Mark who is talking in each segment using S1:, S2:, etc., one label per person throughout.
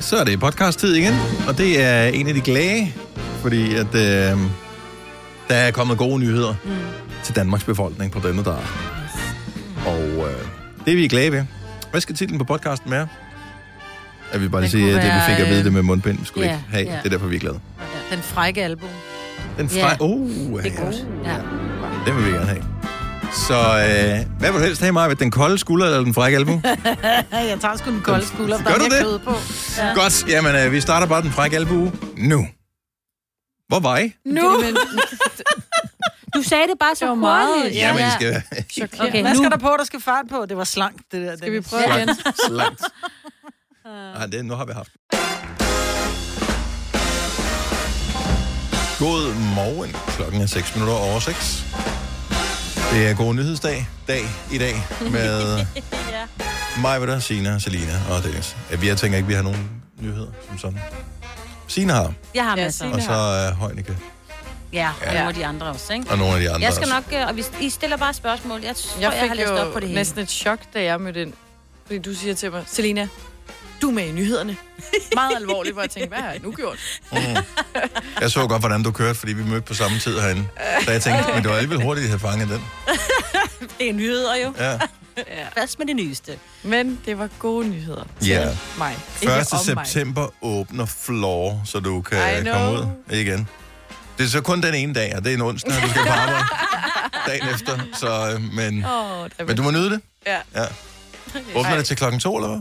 S1: Så er det podcast-tid igen, og det er en af de glade, fordi at, øh, der er kommet gode nyheder mm. til Danmarks befolkning på denne dag. Og øh, det er vi glade ved. Hvad skal titlen på podcasten være? Jeg vil bare lige
S2: Den
S1: sige,
S2: kunne
S1: at det vi
S2: være,
S1: fik at vide
S2: øh,
S1: det med mundbind, vi skulle
S2: ja,
S1: ikke have.
S2: ja.
S1: Det er derfor, vi er glade.
S2: Den frække album.
S1: Den
S2: Ja.
S1: fra... Oh,
S2: Det er godt. Ja.
S1: Den vil vi gerne have. Så øh, hvad vil du helst have, Maja? Den kolde skulder eller den frække album?
S2: jeg tager sgu den kolde skulder,
S1: Gør
S2: der er
S1: du
S2: mere
S1: det?
S2: kød på. Ja.
S1: Godt, jamen øh, vi starter bare den frække albue nu. Hvor var I?
S3: Nu! Du sagde det bare så
S2: Det var meget.
S3: hurtigt.
S2: Ja,
S1: Jamen, I
S2: ja.
S1: skal
S3: Chokeret. Okay,
S2: Hvad
S3: nu.
S2: skal der på, der skal fart på? Det var slank, det der.
S3: Skal vi
S2: Dennis.
S3: prøve igen?
S1: slangt. Nej, det nu har vi haft. God morgen. Klokken er 6 minutter over 6. Det er god nyhedsdag dag i dag med mig, der Sina, Selina og Dennis. Øh, Vi jeg tænker ikke, vi har nogen nyheder som sådan. Sina har,
S4: Jeg har
S3: Ja,
S4: masser.
S3: sig.
S1: og så er Heunicke
S4: Ja, og
S1: Ja.
S4: nogle af de andre også, ikke?
S1: og nogle af de andre
S4: Jeg skal
S1: også.
S4: nok, øh, og hvis I stiller bare spørgsmål. Jeg tror,
S3: Jeg
S4: jeg, jeg har
S3: fik
S4: læst op på
S3: jo
S4: det hele.
S3: næsten et chok, da jeg mødte ind. Fordi du siger til mig, Selina, du er med i nyhederne. Meget alvorligt, hvor jeg tænkte, hvad har jeg nu gjort?
S1: Jeg så godt, hvordan du kørte, fordi vi mødte på samme tid herinde. Så jeg tænkte, men det var alligevel hurtigt, at have fanget den.
S4: Det er nyheder jo.
S1: Ja.
S4: Fast med det nyeste.
S3: Men det var gode nyheder. til
S1: Ja.
S3: Mig. Ikke
S1: 1.
S3: om mig.
S1: september åbner Floor, så du
S3: I
S1: kan
S3: know.
S1: komme ud igen. Det er så kun den ene dag, og det er en onsdag, og du skal på arbejde dagen efter. Så, øh, men,
S3: Åh, der
S1: men du må nyde det.
S3: Ja.
S1: ja. Åbner det til klokken to, eller hvad?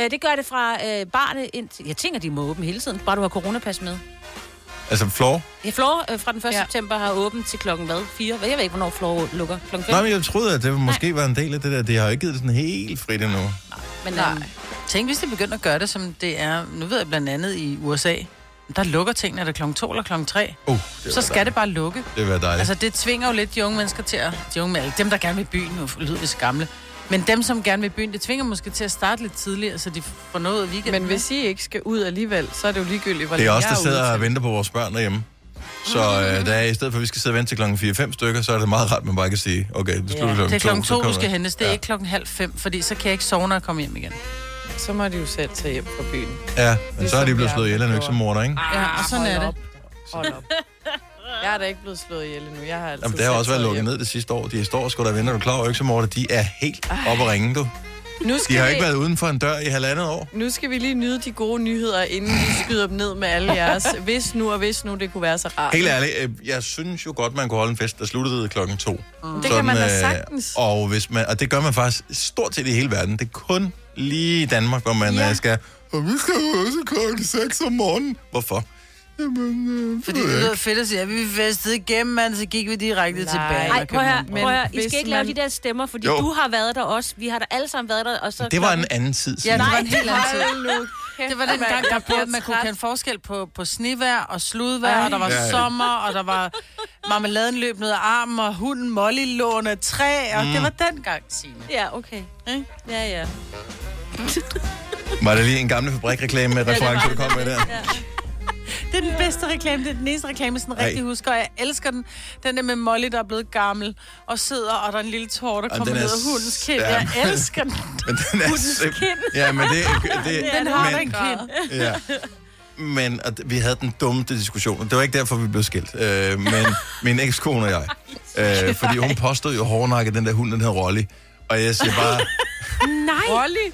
S4: Øh, det gør det fra øh, barne ind til... Jeg tænker, de må åbne hele tiden, bare du har coronapas med.
S1: Altså Floor?
S4: Ja, Flore øh, fra den 1.
S3: Ja.
S4: Ja. september har åbent til klokken hvad? 4? Jeg ved ikke, hvornår Flore lukker. Klokken 5?
S1: Nej, men jeg troede, at det måske var en del af det der. Det har jo ikke givet det sådan helt frit endnu. Uh,
S4: men, øhm,
S2: Nej. Tænk, hvis de begynder at gøre det, som det er... Nu ved jeg blandt andet i USA. Der lukker tingene, er det klokken 2 eller klokken 3?
S1: Uh, det
S2: Så skal det bare lukke.
S1: Det vil være dejligt.
S2: Altså, det tvinger jo lidt de unge mennesker til at... De unge, altså, dem, der gerne vil i byen, nu lyder vi så gamle. Men dem, som gerne vil i byen, det tvinger måske til at starte lidt tidligere, så de får noget ud af weekenden.
S3: Men hvis I ikke skal ud alligevel, så er det jo ligegyldigt, hvor
S1: Det er
S3: længe
S1: os, der
S3: jeg ude
S1: sidder og
S3: til.
S1: venter på vores børn derhjemme. Så øh, der er, i stedet for, at vi skal sidde og vente til klokken 4-5 stykker, så er det meget rart, at man bare kan sige, okay, det slutter ja, klokken
S2: det er klokken
S1: så
S2: to, du
S1: kommer
S2: skal
S1: jeg.
S2: hentes. Det er ja. ikke klokken halv fem, fordi så kan jeg ikke sove, når jeg kommer hjem igen.
S3: Så må de jo selv tage hjem fra byen.
S1: Ja, men så er de
S3: som
S1: blevet
S3: vi
S1: slået ihjel af en
S3: Ligesom andre Ah,
S1: øksemorder, ikke?
S2: Ja, og sådan
S3: hold
S2: er det.
S3: op. Hold op. Jeg er da ikke blevet slået ihjel endnu. Jeg har altid
S1: Jamen, det har
S3: selv
S1: også været
S3: taget
S1: lukket
S3: hjem.
S1: ned det sidste år. De står sgu der og venter. Er du klar over, øksemorder, de er helt oppe at ringe, du.
S3: Nu
S1: De
S3: skal,
S1: har
S3: vi,
S1: ikke været uden for en dør i halvandet år.
S3: nu skal vi lige nyde de gode nyheder, inden vi skyder dem ned med alle jeres. Hvis nu og hvis nu, det kunne være så rart.
S1: Helt ærligt, øh, jeg synes jo godt, man kunne holde en fest, der sluttede klokken to. Mm.
S3: Det kan man da sagtens.
S1: Og, hvis man, og det gør man faktisk stort set i hele verden. Det er kun lige i Danmark, hvor man ja. skal... Og vi skal jo også klokken 6 om morgenen. Hvorfor? Jamen, øh,
S2: Fordi det lyder fedt at sige, at vi festede igennem, mand, så gik vi direkte
S3: Nej.
S2: tilbage.
S4: Nej, prøv at høre,
S3: Men
S4: prøv at høre. I
S3: hvis
S4: skal ikke lave
S3: man-
S4: de der stemmer, fordi
S1: Jo.
S4: jo. du har været der også. Vi har da alle sammen været der, og så...
S1: det var en
S4: klokken-
S1: anden tid
S2: Ja,
S1: siden.
S2: det
S1: Ja,
S2: var en helt anden tid.
S3: Hold nu kæft,
S2: Det var den
S3: mand.
S2: gang, der
S3: Jeg bliver
S2: på, man kunne
S3: træt.
S2: kende forskel på, på snevær og sludvær,
S3: Ej.
S2: og der var
S1: Ja, ja.
S2: sommer, og der var marmeladen løb ned ad armen, og hunden Molly lå under et træ, og mm. det var den gang, Signe.
S4: Ja, okay.
S2: Ikke?
S4: Ja, ja.
S1: Var det lige en gamle fabrikreklame med reference, du kom med der?
S2: Det er den bedste reklame, det er den eneste reklame, jeg sådan
S1: Ej.
S2: rigtig husker, og jeg elsker den. Den der med Molly, der er blevet gammel, og sidder, og der er en lille tår, der
S1: Jamen,
S2: kommer
S1: den
S2: ned
S1: er
S2: af hundens kind.
S1: s- ja.
S2: Jeg elsker den.
S1: Men den er simp- Ja, men det, det,
S2: Den har
S1: men,
S2: den kind.
S1: Ja. Men og d- vi havde den dummeste diskussion, og det var ikke derfor, vi blev skilt. Øh, men min ekskone og jeg. Øh, fordi hun påstod jo hårdnakket, den der hund, den her Rolly. Og jeg siger bare,
S4: Nej!
S3: Rolly.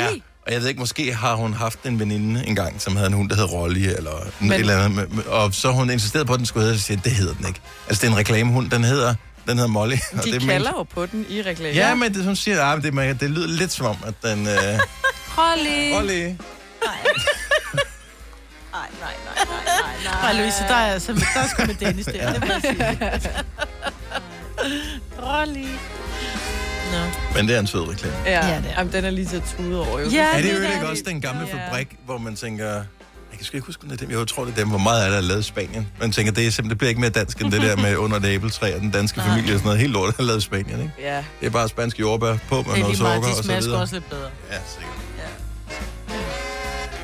S1: ja. Og jeg ved ikke, måske har hun haft en veninde engang, som havde en hund, der hed Rolly, eller men... et eller andet. men- men- Og så hun insisterede på, at den skulle hedde, så siger jeg, det hedder den ikke. Altså, det er en reklamehund, den hedder, den hedder Molly. og
S3: De
S1: det
S3: det
S1: er
S3: kalder jo på den i reklamen.
S1: Ja, men det, hun siger, at det, men det lyder lidt som om, at den... Øh,
S2: Holly.
S1: Rolly.
S4: Nej, nej, nej, nej, nej, nej.
S2: Ej, Louise, der er, altså, der er sgu med Dennis der. Det må jeg sige. Rolly. No.
S1: Men det er en sød reklame.
S3: Ja,
S2: Ja, det er.
S3: Jamen, den er lige til at tude over. Jo.
S2: Ja,
S1: Er det
S2: er
S1: jo ikke
S2: det.
S1: også den gamle
S3: Ja.
S1: fabrik, hvor man tænker... Jeg kan sgu ikke huske, om det er dem. Jeg tror, det er dem, hvor meget af det er lavet i Spanien. Man tænker, det, er simpelthen, det bliver ikke mere dansk end det der med under et æbletræ og den danske familie og sådan noget. Helt lort er lavet i Spanien, ikke?
S3: ja.
S1: Det er bare spanske jordbær på med
S2: Det er
S1: noget
S2: lige meget,
S1: sukker
S2: de
S1: og så
S2: smager sgu
S1: videre.
S2: også lidt bedre.
S1: Ja, sikkert.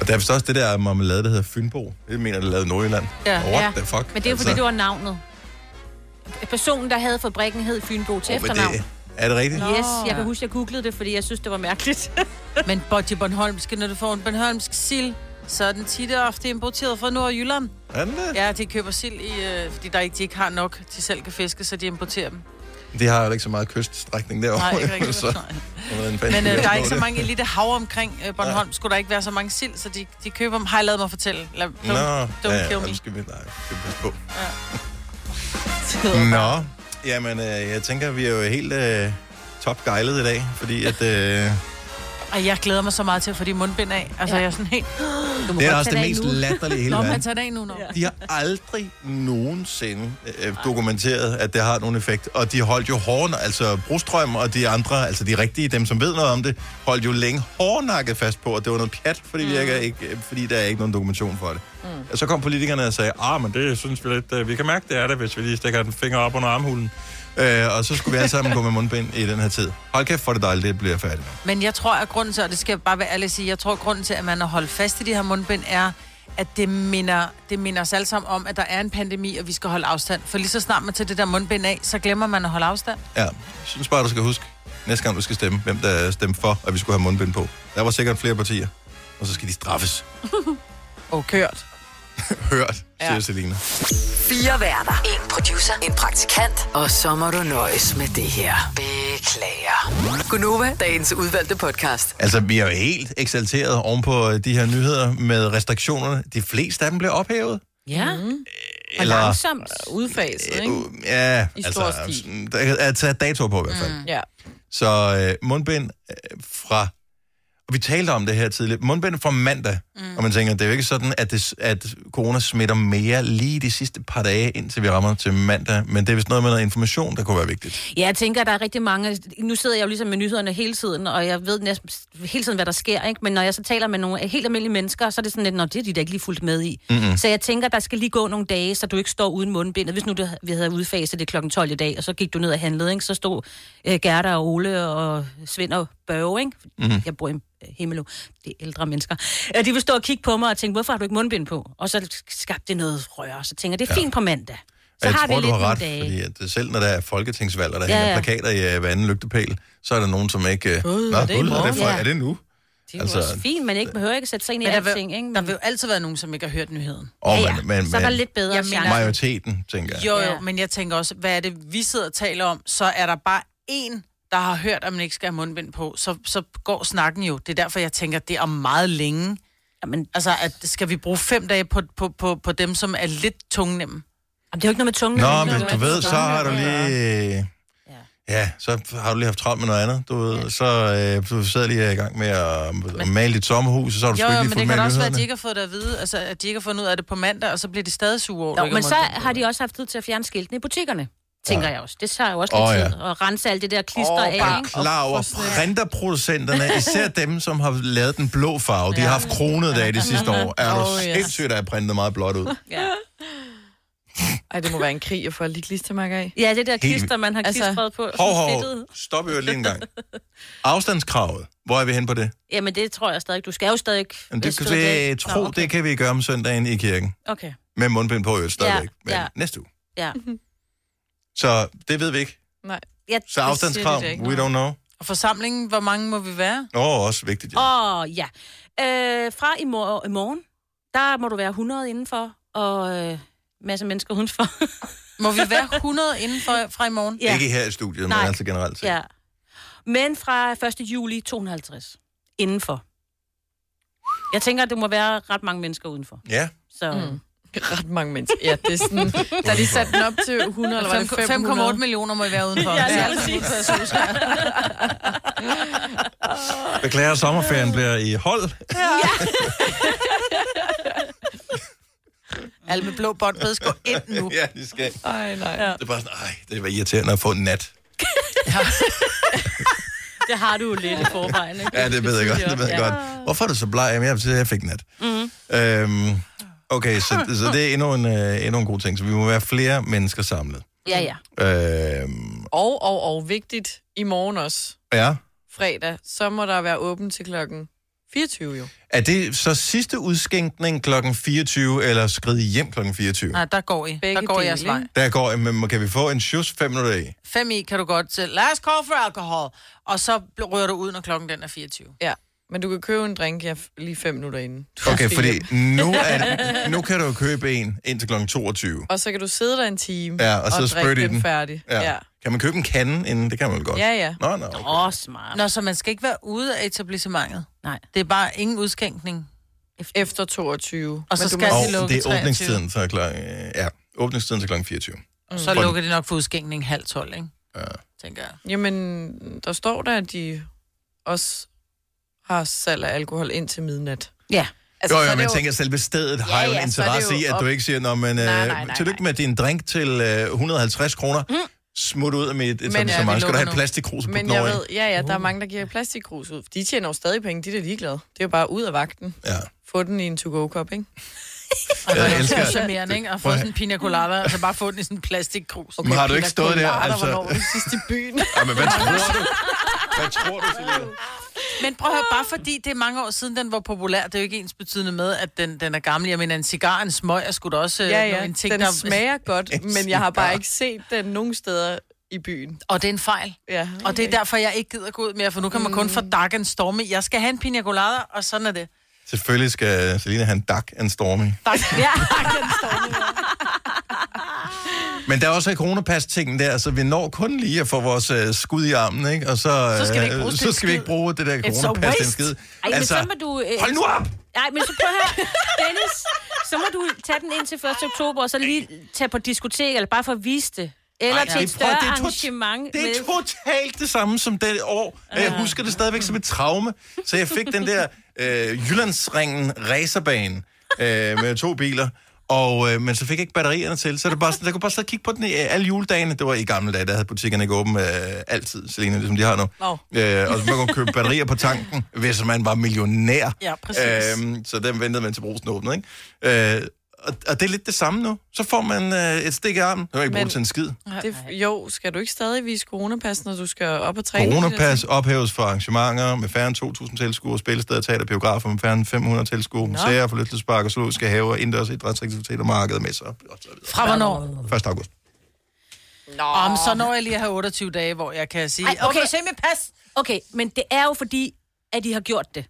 S1: Og der er vist også det der marmelade, der hedder Fynbo. Det mener, det er lavet i Nordjylland.
S2: Ja.
S1: What
S4: Ja.
S1: the fuck? altså?
S4: Men det er jo fordi, det var navnet. Personen, der havde fabrikken, hed Fynbo til
S1: Åh, men
S4: efternavn.
S1: det, er det rigtigt?
S4: Yes, jeg kan huske, jeg googlede det, fordi jeg synes, det var mærkeligt.
S2: Men Bodje Bornholmske, når du får en Bornholmsk sild, så er den tit og ofte importeret fra Nordjylland.
S1: Er den det?
S2: Ja, de køber sild, i, øh, fordi der ikke, de ikke har nok til selv kan fiske, så de importerer dem.
S1: Det har jo ikke så meget kyststrækning derovre.
S2: Nej, ikke rigtig. Men øh, der er ikke så mange elite hav omkring øh, Bornholm. Ja. Skulle der ikke være så mange sild, så de, de køber dem. Har jeg lavet mig fortælle? Lad, don't,
S1: Nå,
S2: don't
S1: ja,
S2: kill
S1: ja,
S2: me.
S1: nu skal vi, nej, skal vi passe på.
S2: Nå.
S1: Nå, jamen, øh, jeg tænker, vi er jo helt øh, topgejlet i dag, fordi at... Øh,
S2: Og jeg glæder mig så meget til at få de mundbind af. Altså, ja. jeg er sådan helt...
S1: Du må Det er godt også tage det det af mest nu. latterlige i hele
S2: Nå,
S1: verden.
S2: man tager det af nu, når.
S1: De har aldrig nogensinde øh, dokumenteret, at det har nogen effekt. Og de holdt jo hården, altså Brostrøm og de andre, altså de rigtige, dem som ved noget om det, holdt jo længe hårdnakket fast på, at det var noget pjat, for det virker ikke, øh, fordi der er ikke nogen dokumentation for det. Mm. Og så kom politikerne og sagde, ah, men det synes vi lidt, øh, vi kan mærke, det er det, hvis vi lige stikker den finger op under armhulen. Øh, og så skulle vi alle sammen gå med mundbind i den her tid. Hold kæft, for det dejligt, det bliver jeg færdig med.
S2: Men jeg tror, at grunden til, og det skal jeg bare være ærlig at sige, jeg tror, at grunden til, at man har holdt fast i de her mundbind, er, at det minder, det minder os alle sammen om, at der er en pandemi, og vi skal holde afstand. For lige så snart man tager det der mundbind af, så glemmer man at holde afstand.
S1: Ja, jeg synes bare, du skal huske, næste gang du skal stemme, hvem der stemte for, at vi skulle have mundbind på. Der var sikkert flere partier, og så skal de straffes.
S2: Og kørt.
S1: Hørt, siger ja. Selina.
S5: Fire værter. En producer. En praktikant. Og så må du nøjes med det her. Beklager. Gunova, dagens udvalgte podcast.
S1: Altså, vi er jo helt eksalteret oven på øh, de her nyheder med restriktionerne. De fleste af dem blev ophævet.
S4: Ja. Mm.
S3: Og
S1: Eller-
S3: langsomt udfaset, ikke?
S1: Ja,
S3: I stor
S1: altså,
S3: stil.
S1: der er taget dato på i hvert fald. Mm.
S3: Øh. Ja.
S1: Så øh, mundbind øh, fra... Og vi talte om det her tidligere. Mundbind fra mandag. Mm. Og man tænker, det er jo ikke sådan, at, det, at corona smitter mere lige de sidste par dage, indtil vi rammer til mandag. Men det er vist noget med noget information, der kunne være vigtigt.
S4: Ja, jeg tænker, at der er rigtig mange... Nu sidder jeg jo ligesom med nyhederne hele tiden, og jeg ved næsten hele tiden, hvad der sker, ikke? Men når jeg så taler med nogle helt almindelige mennesker, så er det sådan lidt, nå, det er de da ikke lige fuldt med i.
S6: Mm-mm.
S4: Så jeg tænker, der skal lige gå nogle dage, så du ikke står uden mundbindet. Hvis nu det, vi havde udfaset det kl. 12 i dag, og så gik du ned og handlede, ikke? Så stod øh, Gerda og Ole og Svend og Børge, ikke?
S6: Mhm.
S4: Mm-hmm. Jeg bor i øh, Himmelå. Det er ældre mennesker. Øh, De vil stå og kigge på mig og tænke, hvorfor har du ikke mundbind på? Og så skabte det noget røre. Så tænker jeg, det er
S1: Ja.
S4: fint på mandag. Så
S1: Og jeg
S4: har
S1: tror,
S4: vi
S1: du
S4: lidt
S1: har
S4: nogle
S1: ret,
S4: dage.
S1: fordi at øh, selv når der er folketingsvalg, og der
S4: Ja,
S1: ja, hænger
S4: ja.
S1: plakater i øh, hver anden lygtepæl, så er der nogen, som ikke... Øh, Nå,
S4: Gud,
S1: gud,
S4: er det i
S1: er
S4: morgen?
S1: det, for,
S4: Ja.
S1: er det nu?
S4: Det er altså, også fint, man ikke behøver ikke at sætte sig ind i
S2: Men der vil-
S4: alting, ikke? Men... Der vil
S2: jo altid være nogen, som ikke har hørt nyheden.
S1: Åh, Ja, ja. men- men-
S4: så er der
S1: men-
S4: lidt bedre jeg
S2: Jeg mener-
S4: chance.
S1: Majoriteten, tænker jeg.
S2: Jo, jo, men jeg tænker også, hvad er det, vi sidder og taler om? Så er der bare en, der har hørt, at man ikke skal have mundbind på. Så, så går snakken jo. Det er derfor, jeg tænker, det er om meget længe.
S4: Jamen,
S2: altså, at skal vi bruge fem dage på, på, på, på dem, som er lidt tungnemme?
S4: Jamen, det er jo ikke noget med tungnemme.
S1: Nå, men du ved, så har du lige... Ja, så har du lige haft travlt med noget andet, du ved. Så øh, du sidder lige i gang med at, at male dit sommerhus, og så har du
S2: jo,
S1: sgu
S2: jo,
S1: ikke
S2: men det
S1: lige fulgt med
S2: kan da
S1: i
S2: også være, at de
S1: nyhederne.
S2: ikke har fået det at vide, altså, at de ikke har fundet ud af det på mandag, og så bliver de stadig sure over, at du
S4: Jo,
S2: ikke
S4: men
S2: har
S4: så
S2: mundbind på.
S4: har de også haft tid til at fjerne skiltene i butikkerne, tænker jeg også. Det tager jo også
S1: Åh,
S4: lidt
S1: ja.
S4: tid at rense alt det der klister
S1: Og
S4: af,
S1: bare
S4: ikke?
S1: klar over printerproducenterne, især dem, som har lavet den blå farve. De har haft kronede dage de sidste år. Er du
S3: Oh, yes.
S1: sindssygt, der er printet meget blåt ud?
S4: Ja.
S3: Ej, det må være en krig at få lidt klistermærker af.
S4: Ja, det der
S1: Helt klister,
S4: man har klistret på.
S1: Hov, hov, stop i øvrigt lige en gang. Afstandskravet, hvor er vi hen på det?
S4: Jamen, det tror jeg stadig. Du skal jo stadig...
S1: Jamen,
S4: øh,
S1: det, kan,
S4: stå
S1: det,
S4: der.
S1: tro,
S4: Nå, okay.
S1: det kan vi gøre om søndagen i kirken.
S4: Okay,
S1: Med mundbind på øvrigt stadigvæk. Men
S4: ja.
S1: næste uge.
S4: ja.
S1: Så det ved vi ikke.
S3: Nej.
S4: Jeg,
S1: Så afstandskrav, we don't know.
S2: Og forsamlingen, hvor mange må vi være?
S1: Åh, oh, også vigtigt. Ja.
S4: Åh, oh, ja. Øh, fra i, mor- i morgen, der må du være 100 indenfor, og øh, masser af mennesker udenfor.
S2: Må vi være 100 indenfor fra i morgen?
S1: Ikke her i studiet, men
S4: Nej.
S1: altså generelt set.
S4: Ja. Men fra 1. juli 250 indenfor. Jeg tænker, at det må være ret mange mennesker udenfor.
S1: Ja.
S4: Så... Mm.
S3: Ret mange mennesker. Ja, det er sådan... Der er lige sat den op til 100, eller var det 500?
S2: 5,8 millioner må I være udenfor.
S3: Ja, lige
S2: altså
S3: præcis.
S2: modtaget sus.
S1: Beklager, sommerferien bliver i hold.
S2: Alle med blå bånd ved gå ind nu.
S1: ja, de skal.
S3: Ej, nej. Ja.
S1: Det er bare sådan, ej, det var irriterende at få en nat.
S4: Det har du jo lidt i forvejen, ikke?
S1: Ja, det ved jeg godt, det ved jeg godt. Hvorfor er du så bleg? Jamen, jeg, jeg fik en nat.
S4: Mm.
S1: Øhm, okay, så, så det er endnu en, øh, endnu en god ting. Så vi må være flere mennesker samlet.
S4: Ja, ja.
S1: Øhm,
S3: Og, og, og vigtigt, i morgen også,
S1: ja.
S3: fredag, så må der være åben til klokken 24 jo.
S1: Er det så sidste udskænkning klokken 24, eller skrid hjem klokken 24?
S2: Nej, der går I. Begge der går jeres vej.
S1: Der går, men kan vi få en shoes 5 minutter i?
S2: 5 i kan du godt til. Last call for alcohol. Og så bl- rører du ud, når klokken den er 24.
S3: Ja. Men du kan købe en drink ja, f- lige fem minutter inden. Du
S1: Okay,
S3: skal
S1: fordi
S3: hjem.
S1: nu, er, nu kan du jo købe en indtil kl. 22.
S3: Og så kan du sidde der en time
S1: Ja, og så
S3: drikke
S1: spytte i
S3: dem
S1: den.
S3: færdig.
S1: Ja. ja. Kan man købe en kande inden? Det kan man vel godt.
S2: Ja, ja.
S1: Nå, nå. Okay.
S4: Åh, oh, smart.
S2: Nå, så man skal ikke være ude af etablissementet.
S4: Nej.
S2: Det er bare ingen udskænkning.
S3: Efter 22.
S2: Og så
S3: Men du
S2: skal
S3: må-
S2: de
S1: Og
S2: lukke
S1: det er
S2: 23.
S1: åbningstiden til kl. øh, Ja, åbningstiden til kl. 24.
S3: Altså,
S2: Så
S1: For-
S2: lukker de nok for udskænkning halv tolv, ikke?
S1: Mm. Ja.
S2: Tænker jeg.
S3: Jamen, der står der, at de også har salg af alkohol indtil midnat.
S4: Ja.
S1: Altså, jo,
S3: så
S1: jo,
S3: er
S1: men
S3: det
S1: jeg tænker, at selve stedet har
S3: Ja,
S1: jo en
S3: ja, så er det
S1: interesse
S3: jo
S1: i, at
S3: op-
S1: du ikke siger, Nå, men,
S3: nej,
S1: øh,
S3: nej, nej. Hmm.
S1: tillykke med din drink til øh, 150 kroner. Mm. Smut ud af mit etablissement.
S3: ja,
S1: Ja,
S3: vi
S1: skal du have
S3: lukker
S1: et
S3: nu.
S1: plastikkrus på
S3: Men jeg ved, ja, ja,
S2: Oh.
S3: der er mange, der giver plastikkrus ud. De tjener jo stadig penge, de er da ligeglade. Det er jo bare ud af vagten.
S1: Ja.
S3: Få den i en to-go-kop, ikke?
S2: Og
S1: Jeg
S2: jeg
S1: elsker-
S2: elsker... Charmerende, ikke? Og få
S1: Prøv at-
S2: sådan en pina colada, og så bare få den i sådan en plastikkrus.
S1: Men har du ikke stået der, altså?
S3: Altså... Hvornår var det sidst i byen?
S1: Ja, men hvad tror du? Hvad tror du, Selina?
S2: Men prøv at høre, bare fordi det er mange år siden, den var populær, det er jo ikke ens betydende med, at den, den er gammel. Jeg mener, en cigar, en smøg, er sgu da også øh,
S3: ja, ja,
S2: en ting,
S3: den
S2: der...
S3: smager godt,
S1: En
S3: men jeg har
S1: cigar.
S3: bare ikke set den nogen steder i byen.
S2: Og det er en fejl.
S3: Ja,
S2: Og det er derfor, jeg ikke gider gå ud mere, for nu kan man kun få dark and stormy. Jeg skal have en pina colada, og sådan er det.
S1: Selvfølgelig skal Selina have en dak and stormy.
S2: Dark. Ja.
S1: Men der er også coronapas-tingen der, så vi når kun lige at få vores øh, skud i armen, ikke? Og så,
S2: Så skal vi
S1: øh,
S2: ikke bruge
S1: så
S2: den
S1: skal vi ikke
S2: skid.
S1: bruge det der
S2: a
S1: coronapas til en
S2: waste.
S1: skid.
S4: Ej, altså, men så må du... Øh,
S1: hold nu op!
S4: Nej, men så prøv her. Dennis, så må du tage den ind til 1. oktober, og så lige tage på diskotek, eller bare for at vise det. Eller Ej, til
S1: Ej,
S4: et
S1: prøv
S4: større
S1: at-
S4: prøv,
S1: tot-
S4: arrangement.
S1: Det er
S4: med-
S1: totalt det samme som det år. Ja. Jeg husker det stadigvæk som et traume. Så jeg fik den der øh, Jyllandsringen racerbane øh, med to biler. Og, øh, men så fik jeg ikke batterierne til, så det bare sådan, jeg kunne bare sidde og kigge på den i, øh, alle juledagene. Det var i gamle dage, der havde butikkerne ikke åben øh, altid, Selina, ligesom de har nu.
S2: Nå.
S1: Øh, og så man kunne købe batterier på tanken, hvis man var millionær.
S2: Ja, præcis.
S1: Øhm, så den ventede man til brugsen åbnede, ikke? Øh, og, og det er lidt det samme nu. Så får man øh, et stik i armen. Det var ikke
S3: Men-
S1: brugt til en skid.
S3: Det, jo, skal du ikke stadig vise coronapas, når du skal op og træne?
S1: Coronapas ophæves for arrangementer med færre end 2.000 tilskuere, spillesteder, teater, biografer med færre end 500 tilskuere, museer, forlystelsesparker, zoologiske haver, indendørs idrætsaktiviteter, markeder, messer og så videre.
S2: Fra hvornår?
S1: 1. august.
S2: Om, så når jeg lige har 28 dage, hvor jeg kan sige...
S4: Ej, okay.
S2: se med pas!
S4: Okay, men det er jo fordi, at I har gjort det.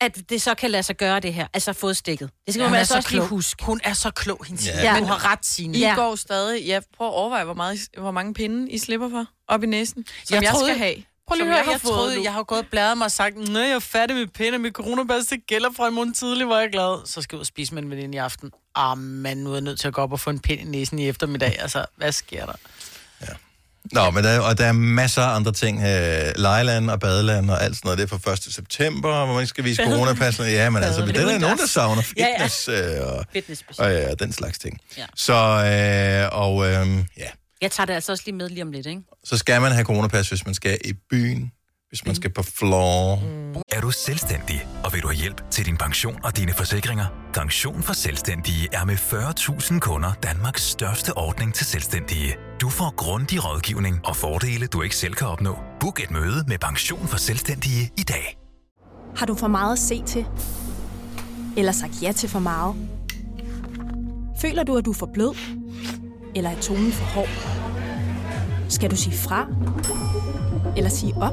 S4: At det så kan lade sig gøre det her. Altså fået stikket. Det skal
S2: Hun
S4: man
S2: er
S4: altså
S2: så
S4: også lige
S2: klog.
S4: huske.
S2: Hun er så klog, hende
S1: Ja.
S2: Signe.
S4: Ja.
S2: Du har ret, Signe.
S3: I
S4: Ja.
S3: ja. går stadig. Ja, prøv at overveje, hvor, meget, I- hvor mange pinde I slipper for op i næsen, som
S2: Jeg
S3: jeg, jeg
S2: troede-
S3: skal have.
S2: Prøv lige
S3: som
S2: at høre, jeg, jeg
S3: har fået
S2: troede,
S3: nu.
S2: jeg har gået og bladret mig og sagt, nej, jeg er fattig med pinde, mit coronapas, det gælder fra i morgen tidlig, hvor jeg er glad. Så skal jeg ud og spise med en veninde i aften. Ah, man, nu er jeg nødt til at gå op og få en pind i næsen i eftermiddag. Altså, hvad sker der?
S1: Nå, men der, og der er masser af andre ting. Øh, Lejland og badeland og alt sådan noget. Det er fra 1. september, hvor man skal vise coronapassene. Ja, men altså, men det er der nogen, der savner fitness ja, ja. Øh, og,
S4: Fitness special.
S1: og ja, den slags ting.
S4: Ja.
S1: Så, øh, og øh, ja,
S4: Jeg tager det altså også lige med lige om lidt, ikke?
S1: så skal man have coronapas, hvis man skal i byen, hvis man skal på floor. Mm.
S6: Er du selvstændig, og vil du have hjælp til din pension og dine forsikringer? Pension for Selvstændige er med 40.000 kunder Danmarks største ordning til selvstændige. Du får grundig rådgivning og fordele, du ikke selv kan opnå. Book et møde med Pension for Selvstændige i dag.
S7: Har du for meget at se til? Eller sagt ja til for meget? Føler du, at du er for blød? Eller er tonen for hård? Skal du sige fra? Eller sige op?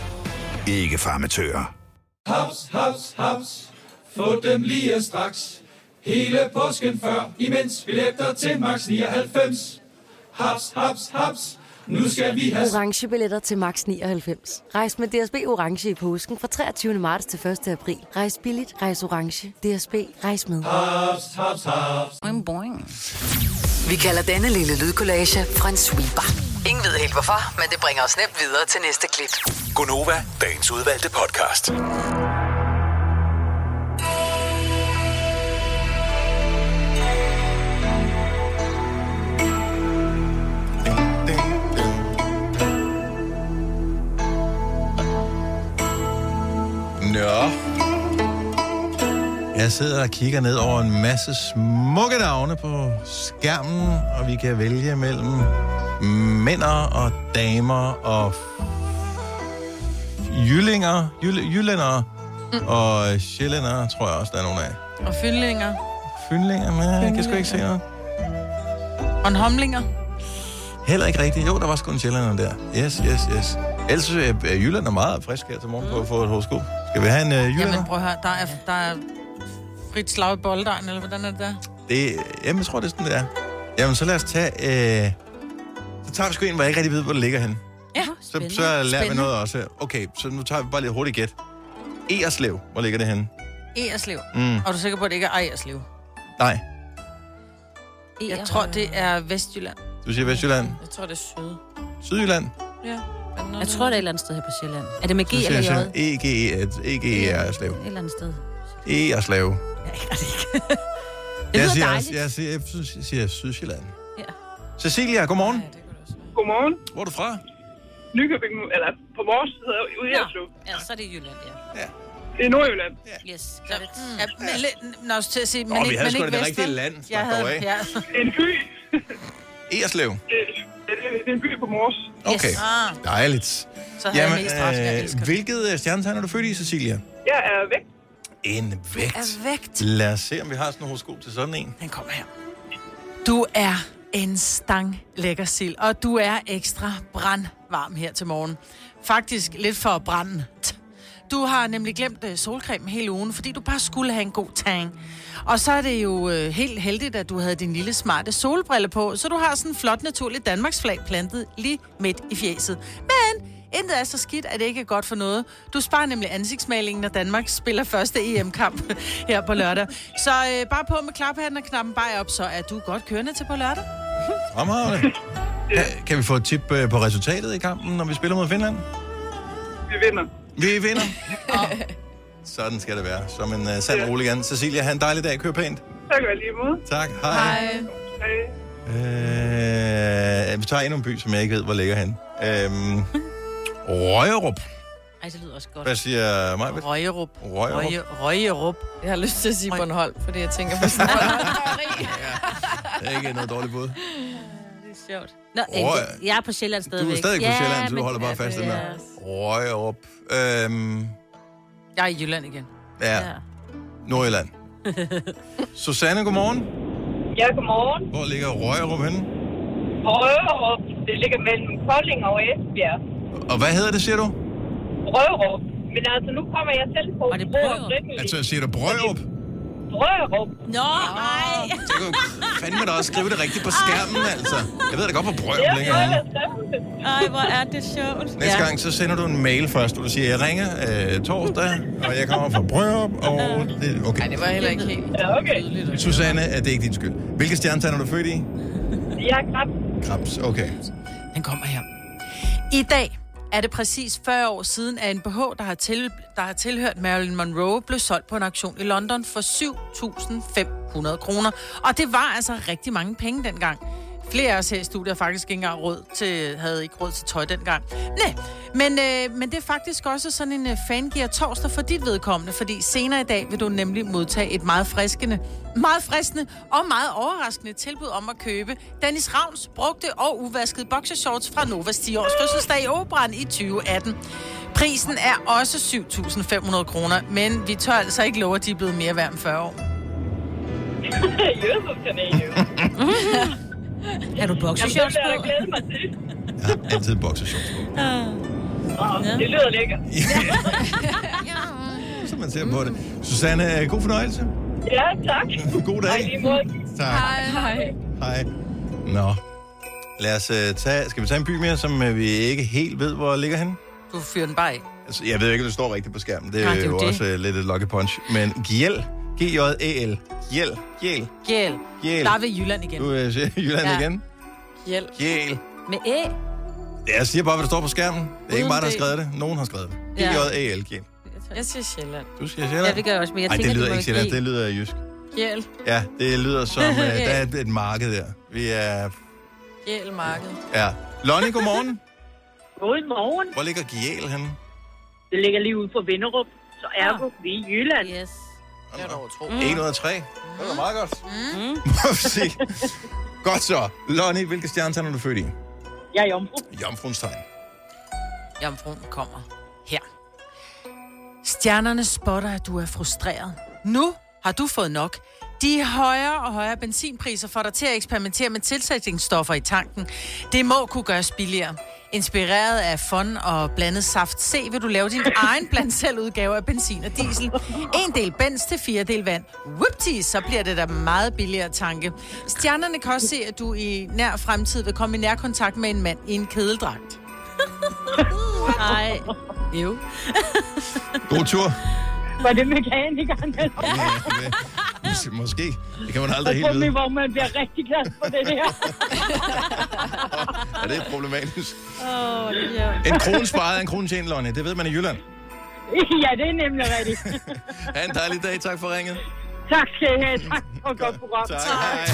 S8: Ikke farmatører.
S9: Haps, haps, haps. Få dem lige straks. Hele påsken før, imens billetter til max 99. Haps, haps, haps. Nu skal vi have
S10: Orange billetter til max 99. Rejs med DSB Orange i påsken fra 23. marts til 1. april. Rejs billigt, rejs orange. DSB, rejs med.
S9: haps, haps, haps.
S4: Boing, boing.
S5: Vi kalder denne lille lydkollage en sweeper. Ingen ved helt hvorfor, men det bringer os nemt videre til næste klip.
S6: Gonova, dagens udvalgte podcast.
S1: Nå. Jeg sidder og kigger ned over en masse smukke navne på skærmen, og vi kan vælge mellem mænd og damer og jyllinger, jyl- jyllænder og sjællænder, tror jeg også, der er nogle af.
S2: Og fyndlinger.
S1: Fyndlinger, men jeg kan sgu ikke se noget.
S2: Og en homlinger.
S1: Heller ikke rigtigt. Jo, der var sgu en sjællander der. Yes, yes, yes. Ellers synes jeg, at Jylland er meget frisk her til morgen på at få et horoskop. Skal vi have en uh, jyllander?
S2: Jamen prøv at høre, der er, der er frit slag i bolddejen, eller hvordan er det der?
S1: Det, jamen, jeg tror, det er sådan, det er. Jamen, så lad os tage... Øh, så tager vi sgu en, hvor jeg ikke rigtig ved, hvor det ligger henne.
S2: Ja,
S1: Så, så lærer vi noget også her. Okay, så nu tager vi bare lidt hurtigt gæt. Ejerslev, hvor ligger det henne?
S2: Ejerslev.
S1: Mm.
S2: Mm. Og er du sikker på, at det ikke er Ejerslev?
S1: Nej,
S2: Jeg tror, det er Vestjylland.
S1: du siger Vestjylland.
S2: Jeg tror, det er Syd.
S1: Sydjylland.
S2: Ja.
S4: Jeg tror, det er et eller andet sted her på Sjælland. Er det med G
S1: Så siger
S4: eller J?
S1: jeg
S4: Et
S1: Sjælland. E EG, Ejerslev.
S4: eller andet sted.
S1: Ejerslev.
S4: Det
S1: Jeg
S4: lyder
S1: siger,
S4: dejligt.
S1: også- jeg siger, jeg synes, jeg siger Sydsjælland.
S4: Ja.
S1: Cecilia, godmorgen.
S11: Godmorgen.
S1: Hvor er du fra?
S11: Nykøbing, eller på vores side ude i Oslo.
S4: Ja, så er det Jylland, ja.
S11: Det er Nordjylland.
S4: Yes, got it.
S2: Ja, men, lidt- nå, til at sige, men
S1: Åh, vi
S2: ikke,
S1: havde
S2: men
S1: sgu
S2: ikke
S1: da det
S2: Vester.
S1: rigtige land. Slap
S2: Jeg havde,
S1: dog af.
S2: ja.
S11: En by.
S1: Ejerslev.
S11: Det, det, det er en by på Mors.
S1: Okay.
S11: Yes.
S2: Ah.
S1: Dejligt.
S11: Så havde jeg mest ret, jeg elsker det.
S1: hvilket øh, stjernetegn er du født i, Cecilia?
S11: Jeg er væk.
S1: En vægt.
S2: Er vægt.
S1: Lad os se, om vi har sådan en horoskop til sådan en.
S2: Den kommer her. Du er en stang lækker sild, og du er ekstra brandvarm her til morgen. Faktisk lidt for brændt. Du har nemlig glemt øh, solcremen hele ugen, fordi du bare skulle have en god tang. Og så er det jo øh, helt heldigt, at du havde din lille smarte solbrille på, så du har sådan en flot naturlig Danmarksflag plantet lige midt i fjeset. Men intet er så skidt, at det ikke er godt for noget. Du sparer nemlig ansigtsmalingen, når Danmark spiller første EM-kamp her på lørdag. Så øh, bare på med klaphatten og knappen bare op, så er du godt kørende til på lørdag.
S1: Fremragende. Kan- Kan vi få et tip øh, på resultatet i kampen, når vi spiller mod Finland?
S11: Vi vinder.
S1: Vi vinder. Sådan skal det være. Som en uh, sand rolig Cecilia, have en dejlig dag. Kør pænt.
S11: Tak og i lige måde.
S1: Tak. Hej.
S11: Hej. Hej.
S1: Øh, vi tager endnu en by, som jeg ikke ved, hvor ligger han. Øhm, Røgerup.
S4: Ej, det lyder også godt.
S1: Hvad siger mig?
S2: Røgerup.
S1: Røgerup.
S2: Røge, Røgerup.
S3: Jeg har lyst til at sige Bornholm, fordi jeg tænker på sådan
S1: Det er ikke noget dårligt bud.
S4: Det er sjovt. Nå,
S1: Åh,
S4: øh, jeg er på Sjælland stadigvæk.
S1: Du er stadig på
S4: Ja,
S1: Sjælland, så du
S4: men-
S1: holder bare fast i den der. Røgerup. Øhm,
S2: Jeg er i Jylland igen.
S1: ja. Nordjylland. Susanne, godmorgen.
S11: Ja, godmorgen.
S1: Hvor ligger Røgerup henne?
S11: Røverup. Det ligger mellem Kolding og Esbjerg.
S1: Og hvad hedder det, siger du?
S11: Røverup. Men altså, nu kommer jeg selv på. Var det Brørup?
S1: Altså, siger du Brøgerup?
S11: Brørup.
S4: Nå, nej.
S1: Så kan du fandme da også skrive det rigtigt på skærmen, altså. Jeg ved da godt, hvor
S11: Det
S1: Brøgerup
S11: er
S1: ligger henne.
S11: Brørup.
S4: Ej, hvor er det sjovt.
S1: Næste gang, så sender du en mail først, hvor du siger, jeg ringer øh, torsdag, og jeg kommer fra Brørup, og det, okay.
S3: Nej, det var heller ikke helt.
S11: Ja, okay.
S1: Susanne, er det ikke din skyld. Hvilke stjernetegn er du født i?
S11: Jeg er knap.
S1: Krebs, okay.
S2: Den kommer her. I dag er det præcis 40 år siden, at en BH, der har, til, der har tilhørt Marilyn Monroe, blev solgt på en auktion i London for 7.500 kroner. Og det var altså rigtig mange penge dengang. Flere af os her i studiet har faktisk ikke engang råd til, havde ikke råd til tøj dengang. Nej, men, øh, men det er faktisk også sådan en øh, fangear torsdag for dit vedkommende, fordi senere i dag vil du nemlig modtage et meget friskende, meget fristende og meget overraskende tilbud om at købe Dennis Ravns brugte og uvaskede boxershorts fra Novas 10 års fødselsdag i Operan i 2018. Prisen er også 7.500 kroner, men vi tør altså ikke love, at de er blevet mere værd end 40 år.
S11: Jesus, kan jeg jo.
S4: Er du
S11: Jamen,
S4: boxershorts
S11: det vil jeg da
S4: på?
S11: glæde mig til.
S1: Jeg har altid boxershorts på.
S3: Ah.
S11: Åh, Ah, Det lyder lækkert.
S1: Så man ser på det. Susanne, øh, god fornøjelse.
S11: Ja, tak.
S1: God
S11: Og i
S1: dag.
S11: lige måde.
S1: Tak.
S11: Hej.
S1: Hej. Nå. Lad os øh, tage... Skal vi tage en by mere, som øh, vi ikke helt ved, hvor ligger henne?
S2: Du fyrer den bare af.
S1: Altså, jeg ved ikke, om det står rigtigt på skærmen. Det er,
S2: Nej,
S1: Nej,
S2: det er
S1: jo
S2: jo
S1: det.
S2: det.
S1: også øh, lidt et lucky punch. Men Giel. G-J-E-L. Giel. Giel.
S2: Gjæl.
S1: Gjæl.
S2: Der er ved Jylland igen.
S1: Du øh, siger Jylland
S2: Ja.
S1: ja. igen.
S3: Hjælp.
S1: Giel.
S4: Med æ?
S1: Jeg siger bare, hvad der står på skærmen. Det er ikke
S3: Uden
S1: mig, der har
S3: det.
S1: skrevet det. Nogen har skrevet det.
S4: Ja.
S1: G-J-E-L. Giel.
S3: Jeg siger Sjælland.
S1: Du siger Sjælland.
S4: Ja, det gør jeg også, men jeg
S1: Ej,
S4: tænker,
S1: det lyder
S4: må
S1: ikke
S4: give-
S1: Sjælland. Det lyder jysk.
S3: Hjælp.
S1: Ja, det lyder som... Øh, der er et- et marked der. Vi er...
S3: Hjælp marked.
S1: Ja. Lonnie, godmorgen.
S11: Godmorgen.
S1: Hvor ligger Giel henne?
S11: Det ligger lige ude for Vinderup, så ergo vi er i Jylland.
S4: Yes.
S3: Det er dog tro.
S1: 1 ud af 3. mm. Det var meget godt. Må vi se. Godt så. Lonnie, hvilke stjernetegn er du født i?
S11: Jeg er jomfru.
S1: Jomfruens tegn.
S2: Jomfruen kommer her. Stjernerne spotter, at du er frustreret. Nu har du fået nok. De højere og højere benzinpriser får dig til at eksperimentere med tilsætningsstoffer i tanken. Det må kunne gøres billigere. Inspireret af fond og blandet saft C, vil du lave din egen blandt selv udgave af benzin og diesel. En del bens til fire del vand. Whoopty, så bliver det da meget billigere tanke. Stjernerne kan også se, at du i nær fremtid vil komme i nærkontakt med en mand i en kedeldragt.
S4: Nej. Jo.
S1: God tur.
S11: Var det mekanikeren?
S1: Mås- Måske. Det kan man
S11: Og
S1: aldrig
S11: så
S1: helt vide.
S11: hvor man bliver rigtig glad for det her.
S1: Ja, det er problematisk.
S11: Åh, oh, ja.
S1: En krone sparet er en krone tjent, Lonnie. Det ved man i Jylland.
S11: ja, det er nemlig rigtigt.
S1: Ha' en dejlig dag. Tak for ringet.
S11: tak skal I have. Tak for et godt program.
S1: Tak. Hej.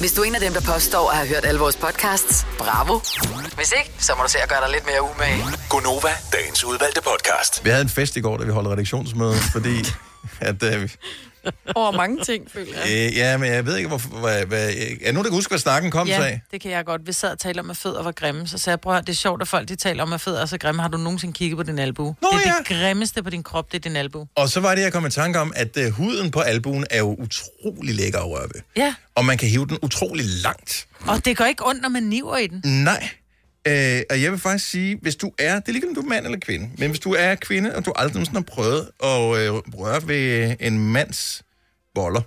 S5: Hvis du er en af dem, der påstår at have hørt alle vores podcasts, bravo. Hvis ikke, så må du se at gøre dig lidt mere umage.
S6: Gonova, dagens udvalgte podcast.
S1: Vi havde en fest i går, da vi holdt redaktionsmøde, fordi... At, øh,
S3: Over mange ting, føler jeg.
S1: øh, ja, men jeg ved ikke, hvorfor... Hvad, hvad, øh, er der nogen, der kan huske, hvad snakken kom ja.
S2: Ja,
S1: af?
S2: det kan jeg godt. Vi sad og talte om, at fødder var grimme, så sagde jeg, prøv at høre, det er sjovt, at folk de taler om, at fødder er så grimme. Har du nogensinde kigget på din albue? Nå, det er ja. det grimmeste på din krop, det er din albue.
S1: Og så var det, jeg kom i tanke om, at øh, huden på albuen er jo utrolig lækker at røre ved.
S2: Ja,
S1: Og man kan hive den utrolig langt.
S2: og det går ikke ondt, når man niver i den.
S1: Nej. Øh, og jeg vil faktisk sige, hvis du er, det er ligegyldigt, om du er mand eller kvinde, men hvis du er kvinde, og du aldrig nogensinde har prøvet at øh, røre ved en mands boller,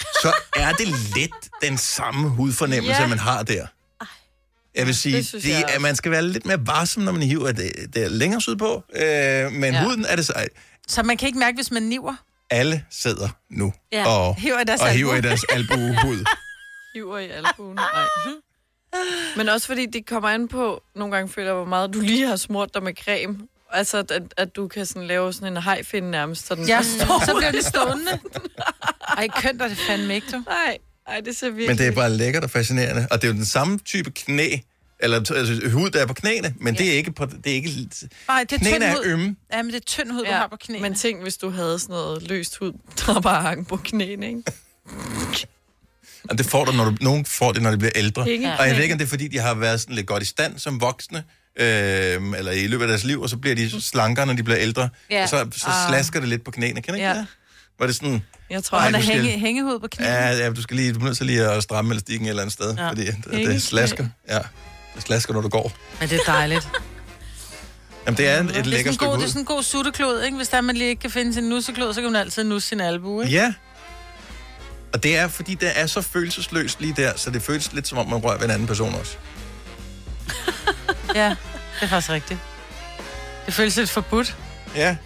S1: så er det lidt den samme hudfornemmelse,
S12: Ja.
S1: yeah. man har der. Jeg vil sige, det
S12: synes
S1: det,
S12: jeg
S1: at
S12: også.
S1: man skal være lidt mere varsom, når man hiver det, det er længere sydpå, øh, men
S2: Ja.
S1: ja. huden er det så...
S2: Så man kan ikke mærke, hvis man niver.
S1: Alle sidder nu
S2: Ja,
S1: og
S2: hiver i deres
S1: og
S2: albue.
S1: hiver i deres albuehud.
S3: Hiver i albuen. Nej. Men også fordi det kommer an på, nogle gange føler jeg, hvor meget du lige har smurt dig med creme. Altså, at, at du kan sådan lave sådan en hajfinde nærmest. Så den
S2: Ja,
S3: bare står
S2: så bliver det
S3: ud.
S2: stående. Ej, kønt er det fandme ikke, du.
S3: Nej, ej, det ser virkelig...
S1: Men det er bare lækkert og fascinerende. Og det er jo den samme type knæ, eller altså, hud, der er på knæene, men ja. det er ikke... På, det er ikke
S2: Nej, det er
S1: knæene
S2: tynd
S1: er
S2: hud.
S1: ømme.
S2: Ja, men det er tynd hud, du
S3: Ja,
S2: har på knæene.
S3: Men tænk, hvis du havde sådan noget løst hud, der bare hang på knæene, ikke?
S1: Og det får du, når du, nogen får det, når de bliver ældre.
S3: Ikke?
S1: Og jeg ved ikke, om det er, fordi de har været sådan lidt godt i stand som voksne, øh, eller i løbet af deres liv, og så bliver de slankere, når de bliver ældre.
S2: Ja.
S1: Ja. Og så, så
S2: Ah.
S1: slasker det lidt på knæene. Kan det ikke
S2: Ja.
S1: det? Var det sådan...
S3: Jeg
S2: tror, han har hænge, hængehud på knæene.
S1: Ja, ja, du skal lige, du bliver nødt til lige at stramme elastikken et eller andet sted,
S2: Ja.
S1: ja. fordi det,
S2: Hængeknæ.
S1: det slasker. Ja, det slasker, når du går.
S2: Men det er dejligt.
S1: Jamen, det er et
S2: Det er,
S1: lækkert
S2: sådan
S1: stykke
S2: god, det er
S1: hud.
S2: sådan en god sutteklod, ikke? Hvis der man lige ikke kan finde sin nusseklod, så kan man altid nusse sin albue, ikke?
S1: Ja. Og det er, fordi det er så følelsesløst lige der, så det føles lidt som om, man rører ved en anden person også.
S2: Ja, det er faktisk rigtigt. Det føles lidt forbudt.
S1: Ja.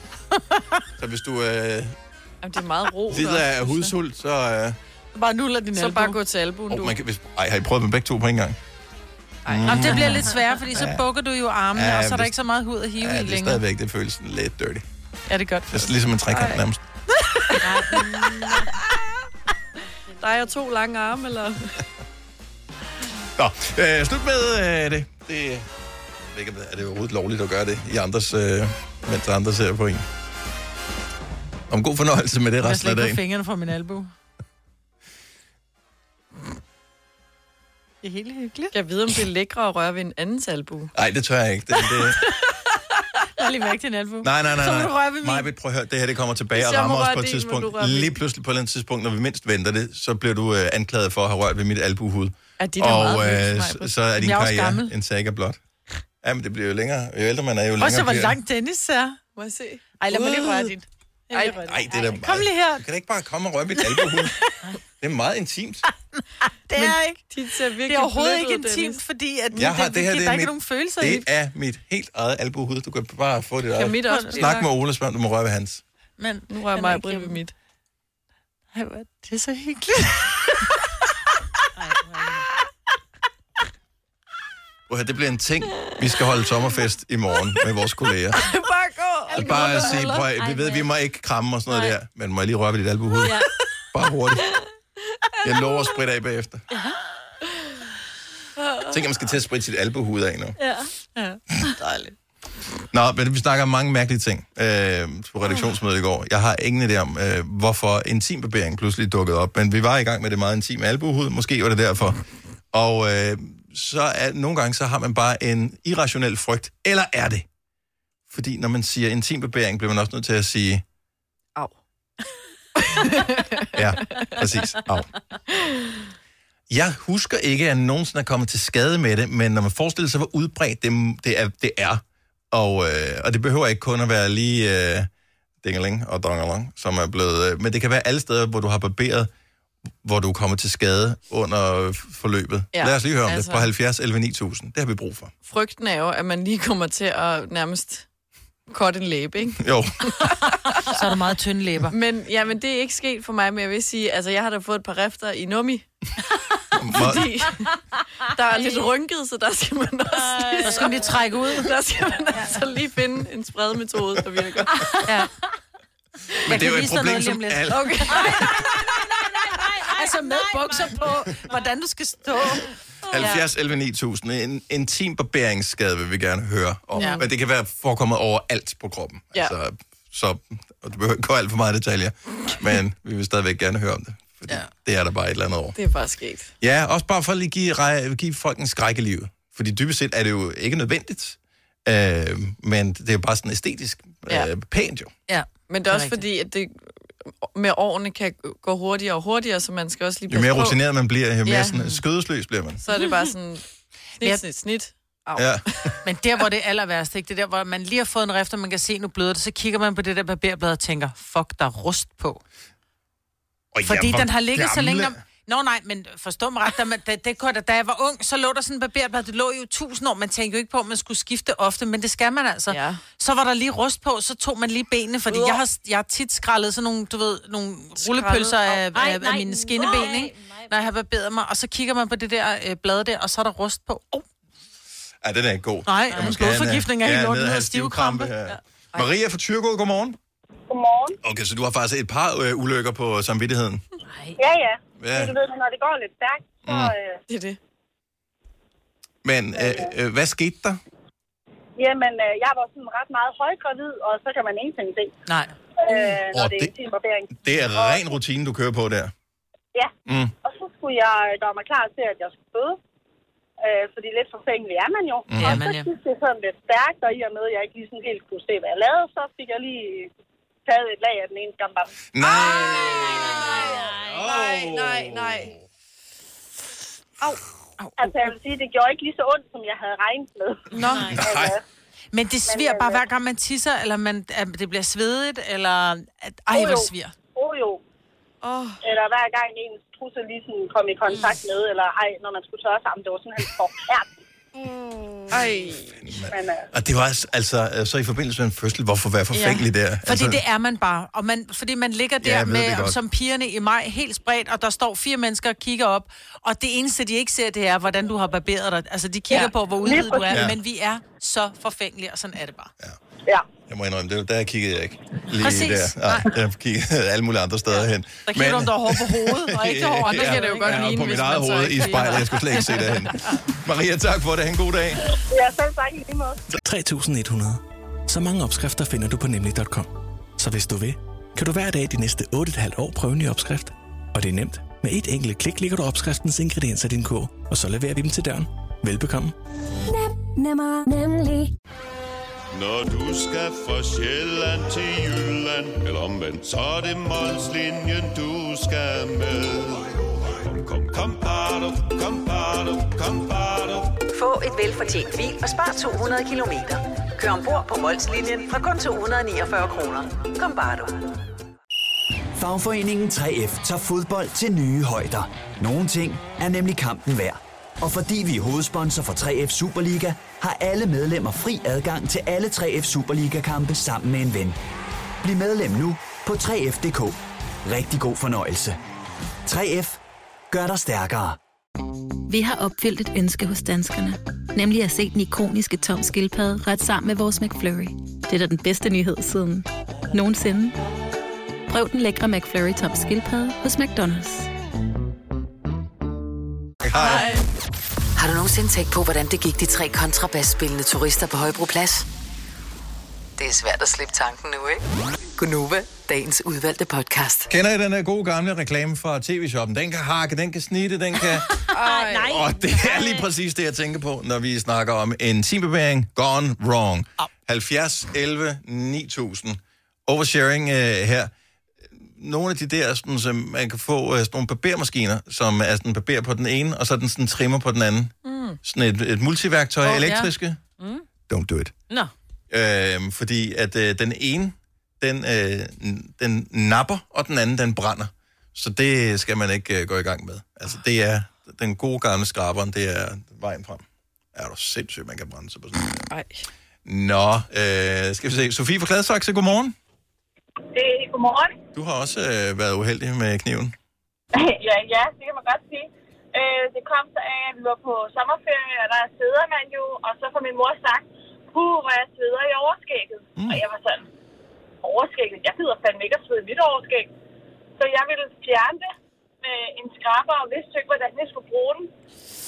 S1: Så hvis du øh,
S3: Jamen, det er meget ro.
S1: lider af hudsult, så... Øh,
S2: Bare nuller din
S3: Så bare gå til albuen,
S1: oh,
S3: du.
S1: man kan, hvis, ej, har I prøvet med begge to på en gang?
S2: Mm. Jamen, det bliver lidt sværere, fordi så
S1: Ja.
S2: bukker du jo armene,
S1: Ja,
S2: og så er der
S1: hvis-
S2: ikke så meget hud at hive
S1: Ja,
S2: i
S1: det er
S2: længere.
S1: stadigvæk, det føles sådan lidt dirty.
S2: Ja, det er godt.
S1: Det er ligesom en trekant nærmest.
S3: Dig og to lange arme, eller?
S1: Nå, øh, slut med øh, det. det jeg ved ikke, om det- er det overhovedet lovligt at gøre det, i andres, øh, mens andre ser på en? Om god fornøjelse med det
S2: Jeg
S1: resten af
S2: slet på
S1: dagen.
S2: fingrene fra min albue. Det er helt hyggeligt.
S3: Jeg ved, om det er lækre at røre ved en andens albue.
S1: Nej, det tør jeg ikke. Det, det,
S2: Jeg har lige mærke din albue.
S1: nej, nej, nej.
S3: Så må
S1: nej.
S3: du røre ved min.
S1: Majbrit, prøv at høre, det her det kommer tilbage
S3: Hvis
S1: og
S3: jeg
S1: rammer
S3: må
S1: os
S3: røre
S1: på et
S3: din, må du
S1: tidspunkt.
S3: røre min.
S1: Lige pludselig på et eller andet tidspunkt, når vi mindst venter det, så bliver du øh, anklaget for at have rørt ved mit albuehud.
S3: Er de der
S1: Og
S3: meget
S1: øh,
S3: løs,
S1: så,
S3: Majbrit?
S1: så er din
S2: Jeg er også
S1: karriere
S2: gammel.
S1: en saga blot. Ja, men det bliver jo længere. Jo ældre man er, jo længere
S2: Og så hvor
S1: bliver det.
S2: langt Dennis er.
S3: Må jeg se?
S2: Ej, lad mig lige røre
S1: Uh.
S2: dit.
S3: Ej,
S1: Nej, det er da meget...
S2: Kom lige her.
S1: Du kan da ikke bare komme og røre mit albuehud. det er meget intimt.
S3: Ah,
S2: Det er ikke.
S3: De ser virkelig
S2: Det er overhovedet ikke
S3: plettet, Dennis.
S2: intimt, fordi at
S1: Jeg har, det, her,
S2: der
S1: det
S2: er
S1: er,
S2: ikke
S1: mit,
S2: nogen følelser i
S1: det
S2: det.
S1: er mit helt eget albuehud. Du kan bare få dit
S3: Ja, mit er også
S1: eget. Snak med
S3: blækket.
S1: Ole, og spørg, om du må røre ved hans.
S2: Men
S3: Nu rører
S2: den er
S3: mig
S2: ikke
S3: Britt ved
S2: hjemme.
S3: mit.
S2: Ej, hvor er det er så hyggeligt.
S1: Prøv at høre, Det bliver en ting, vi skal holde sommerfest i morgen med vores kolleger.
S3: bare gå.
S1: Og bare at sige, prøv, at- vi ved, vi må ikke kramme og sådan noget der, men må jeg lige røre ved dit albuehud? Ja. Bare hurtigt. Jeg lover at spritte af bagefter. Tænk, at man skal til at spritte sit albuehud af nu.
S3: Ja. ja. Dejligt.
S1: Nå, men vi snakker om mange mærkelige ting øh, på redaktionsmødet i går. Jeg har ingen idé om, øh, hvorfor intimbarbering pludselig dukkede op, men vi var i gang med det meget intime albuhud, måske var det derfor. Og øh, så er, nogle gange så har man bare en irrationel frygt, eller er det? Fordi når man siger intimbarbering, bliver man også nødt til at sige,
S3: Au.
S1: Ja, præcis. Au. Jeg husker ikke, at jeg nogensinde er kommet til skade med det, men når man forestiller sig, hvor udbredt det, det, er, det er, og, øh, og det behøver ikke kun at være lige øh, dingeling og dongerlong, som er blevet... Øh, men det kan være alle steder, hvor du har barberet, hvor du kommer til skade under øh, forløbet. Ja,
S3: Ja,
S1: Lad os lige høre om altså...
S3: altså-
S1: det på 70 11 9000. Det har vi brug for.
S3: Frygten er jo, at man lige kommer til at nærmest korte en læbe, ikke?
S1: Jo.
S2: Så er der meget tynde læber.
S3: Men, ja, men det er ikke sket for mig, men jeg vil sige, altså jeg har da fået et par rifter i nummi. fordi der er lidt rynket, så der skal man også lige...
S2: Der skal man lige trække ud.
S3: Der skal man altså lige finde en spredemetode, der virker.
S2: Ja.
S1: Men det er jo et problem,
S2: lige om
S1: som
S2: lidt.
S1: alle...
S2: Okay. Altså med bukser på, hvordan du skal stå.
S1: 70 11 9000. En intim barberingsskade vil vi gerne høre om. Ja.
S2: Ja.
S1: Men det kan være forekommet overalt på kroppen.
S2: Ja.
S1: Altså, så og du behøver ikke gå alt for meget i detaljer, men vi vil stadigvæk gerne høre om det. Fordi ja. det er der bare et eller andet over.
S3: Det er bare sket.
S1: Ja, også bare for at lige give, rej- give folk en skræk i livet. Fordi dybest set er det jo ikke nødvendigt, øh, men det er bare sådan æstetisk
S3: Ja.
S1: øh, pænt jo.
S2: Ja.
S3: Men det
S2: det
S3: er
S2: er
S3: også fordi, at det med årene kan gå hurtigere og hurtigere, så man skal også lige
S1: Jo
S3: passe
S1: mere
S3: på.
S1: rutineret man bliver, jo mere
S3: Ja.
S1: sådan, øh, skødesløs bliver man.
S3: Så er det bare sådan snit,
S2: jeg-
S3: snit, snit. Au.
S1: Ja.
S2: Men der, hvor det er aller værst, ikke? det er der, hvor man lige har fået en rift, og man kan se, nu bløder det, så kigger man på det der barberblad og tænker, fuck, der er rust på.
S1: Og
S2: Fordi
S1: hvor
S2: den har ligget så længe...
S1: gamle-
S2: Om... Nå nej, men forstå mig ret, da, man, da, det, kunne jeg da, da jeg var ung, så lå der sådan en barberblad, det lå jo i tusind år, man tænkte jo ikke på, at man skulle skifte ofte, men det skal man altså.
S3: Ja.
S2: Så var der lige rust på, så tog man lige benene, fordi jeg har, jeg har tit skrællet sådan nogle, du ved, nogle rullepølser af,
S4: Ej,
S2: af,
S4: nej,
S2: af mine skinneben, ikke? når jeg har barberet mig, og så kigger man på det der øh, blad der, og så er der rust på. Oh,
S1: Ja, den er ikke god.
S2: Nej,
S1: Jeg
S2: en
S1: måske have en,
S2: blodforgiftning er
S1: ja,
S2: helt
S1: ned
S2: lort,
S1: at
S2: den
S1: have
S2: hedder stivkrampe.
S1: stivkrampe, ja. Maria fra Tyrgård, godmorgen.
S11: Godmorgen.
S1: Okay, så du har faktisk et par øh, ulykker på samvittigheden.
S11: Ja, ja.
S1: Ja.
S11: Men Du ved, når det går lidt stærkt, så...
S1: Mm.
S11: Øh,
S3: det er det.
S1: Men øh, øh, hvad skete der?
S11: Jamen, øh, jeg var sådan ret meget højgravid, og så kan man ingenting se,
S2: Nej.
S11: øh, når
S1: Åh,
S11: det er
S1: det-
S11: intim barbering.
S1: Det er ren rutine, du kører på der.
S11: Ja,
S1: Mm.
S11: og så skulle jeg øh, gøre mig klar til, at jeg skulle føde. Øh, fordi lidt forfængelig er man jo.
S1: Mm.
S11: og
S1: Ja,
S11: så
S1: man er.
S11: gik det sådan lidt stærkt, og i og med, at jeg ikke lige sådan helt kunne se, hvad jeg lavede, så fik jeg lige taget et lag af den ene skambam.
S1: Nej!
S3: Nej, nej, nej.
S11: Au. Altså, jeg vil sige, det gjorde ikke lige så ondt, som jeg havde regnet med.
S2: Nå.
S3: Ah,
S2: Men det sviger
S11: øh,
S2: bare hver gang man tisser, eller man, at det bliver svedigt, eller... At, ej,
S11: Jo,
S2: hvor
S11: jo.
S2: det sviger.
S11: Oh, jo.
S3: Oh.
S11: Eller hver gang ens trusse lige sådan kom i kontakt med, eller ej, når man skulle tørre sammen, det var sådan, han forfærdeligt.
S3: Ej.
S11: Men, øh,
S1: Og det var altså- altså, øh, så i forbindelse med en fødsel, hvorfor være forfængelig der?
S2: Fordi
S1: altså,
S2: det er man bare. Og man, fordi man ligger
S1: Ja,
S2: der
S1: jeg ved det
S2: med,
S1: godt.
S2: som pigerne i maj, helt spredt, og der står fire mennesker og kigger op. Og det eneste, de ikke ser, det er, hvordan du har barberet dig. Altså, de kigger
S11: Ja.
S2: ja. på, hvor
S11: Lige
S2: udvidet du er.
S1: præcis.
S2: Men vi er så forfængelige, og sådan er det bare.
S11: ja.
S1: Jeg må indrømme, det, var- der kiggede jeg ikke. Lige
S2: Præcis.
S1: der. Nej, jeg kiggede alle mulige andre steder hen.
S2: Der kigger du, om der er hår på hovedet, og ikke hår.
S3: andre, kan det jo godt
S1: ja, og
S3: ligne,
S1: på mit
S3: hvis
S1: eget
S3: man så
S1: hoved
S3: ikke
S1: i
S3: lige-
S1: spejlet. Jeg skulle slet ikke se derhen. Maria, tak for det. Ha' en god dag.
S11: ja, selv tak i lige måde.
S12: 3.100. Så mange opskrifter finder du på nemlig.com. Så hvis du vil, kan du hver dag de næste 8,5 år prøve en ny opskrift. Og det er nemt. Med et enkelt klik ligger du opskriftens ingredienser i din kog, og så leverer vi dem til døren. Velbekomme.
S13: Nemmer, nemlig.
S14: Når du skal fra Sjælland til Jylland, eller omvendt, så er det Molslinjen, du skal med. Kom, kom, kom, bado, kom, bado, kom, bado.
S15: Få et velfortjent bil og spar 200 kilometer. Kør ombord på Molslinjen fra kun 249 kroner. Kom bare du.
S16: Fagforeningen 3F tager fodbold til nye højder. Nogle ting er nemlig kampen værd. Og fordi vi er hovedsponsor for 3F Superliga, har alle medlemmer fri adgang til alle 3F Superliga-kampe sammen med en ven. Bliv medlem nu på 3F.dk. Rigtig god fornøjelse. 3F gør dig stærkere.
S17: Vi har opfyldt et ønske hos danskerne. Nemlig at se den ikoniske tom skildpadde ret sammen med vores McFlurry. Det er da den bedste nyhed siden nogensinde. Prøv den lækre McFlurry tom skildpadde hos McDonald's.
S5: Hej. Har du nogensinde tænkt på, hvordan det gik de tre kontrabasspillende turister på Højbroplads? Det er svært at slippe tanken nu, ikke? Gunova, dagens udvalgte podcast.
S1: Kender I den her gode gamle reklame fra TV-shoppen? Den kan hakke, den kan snitte, den kan...
S5: Ej, nej.
S1: Og det er lige præcis det, jeg tænker på, når vi snakker om en teambebæring gone wrong. 70, 11, 9000. Oversharing øh, her. Nogle af de der, sådan, som man kan få øh, sådan nogle barbermaskiner, som er sådan en barber på den ene, og så er den sådan en trimmer på den anden.
S5: Mm.
S1: Sådan et, et multiværktøj,
S5: Åh,
S1: oh,
S5: ja.
S1: elektriske.
S5: Mm.
S1: Don't do it.
S4: Nå.
S1: Øh, fordi at øh, den ene, den, øh, n- den napper, og den anden, den brænder. Så det skal man ikke øh, gå i gang med. Altså, det er den gode gamle skraberen, det er vejen frem. Er du sindssygt, man kan brænde sig på sådan
S3: Ej.
S1: Nå, øh, skal vi se. Sofie fra Gladsaxe, godmorgen.
S11: Det er godmorgen.
S1: Du har også øh, været uheldig med kniven.
S11: ja, ja, det kan man godt sige. Øh, det kom så af, at vi var på sommerferie, og der sveder man jo, og så får min mor sagt, puh, hvor jeg sveder i overskægget. Mm. Og jeg var sådan, overskægget? Jeg gider fandme ikke at svede i mit overskæg. Så jeg ville fjerne det med en skraber, og vidste ikke, hvordan jeg skulle bruge den.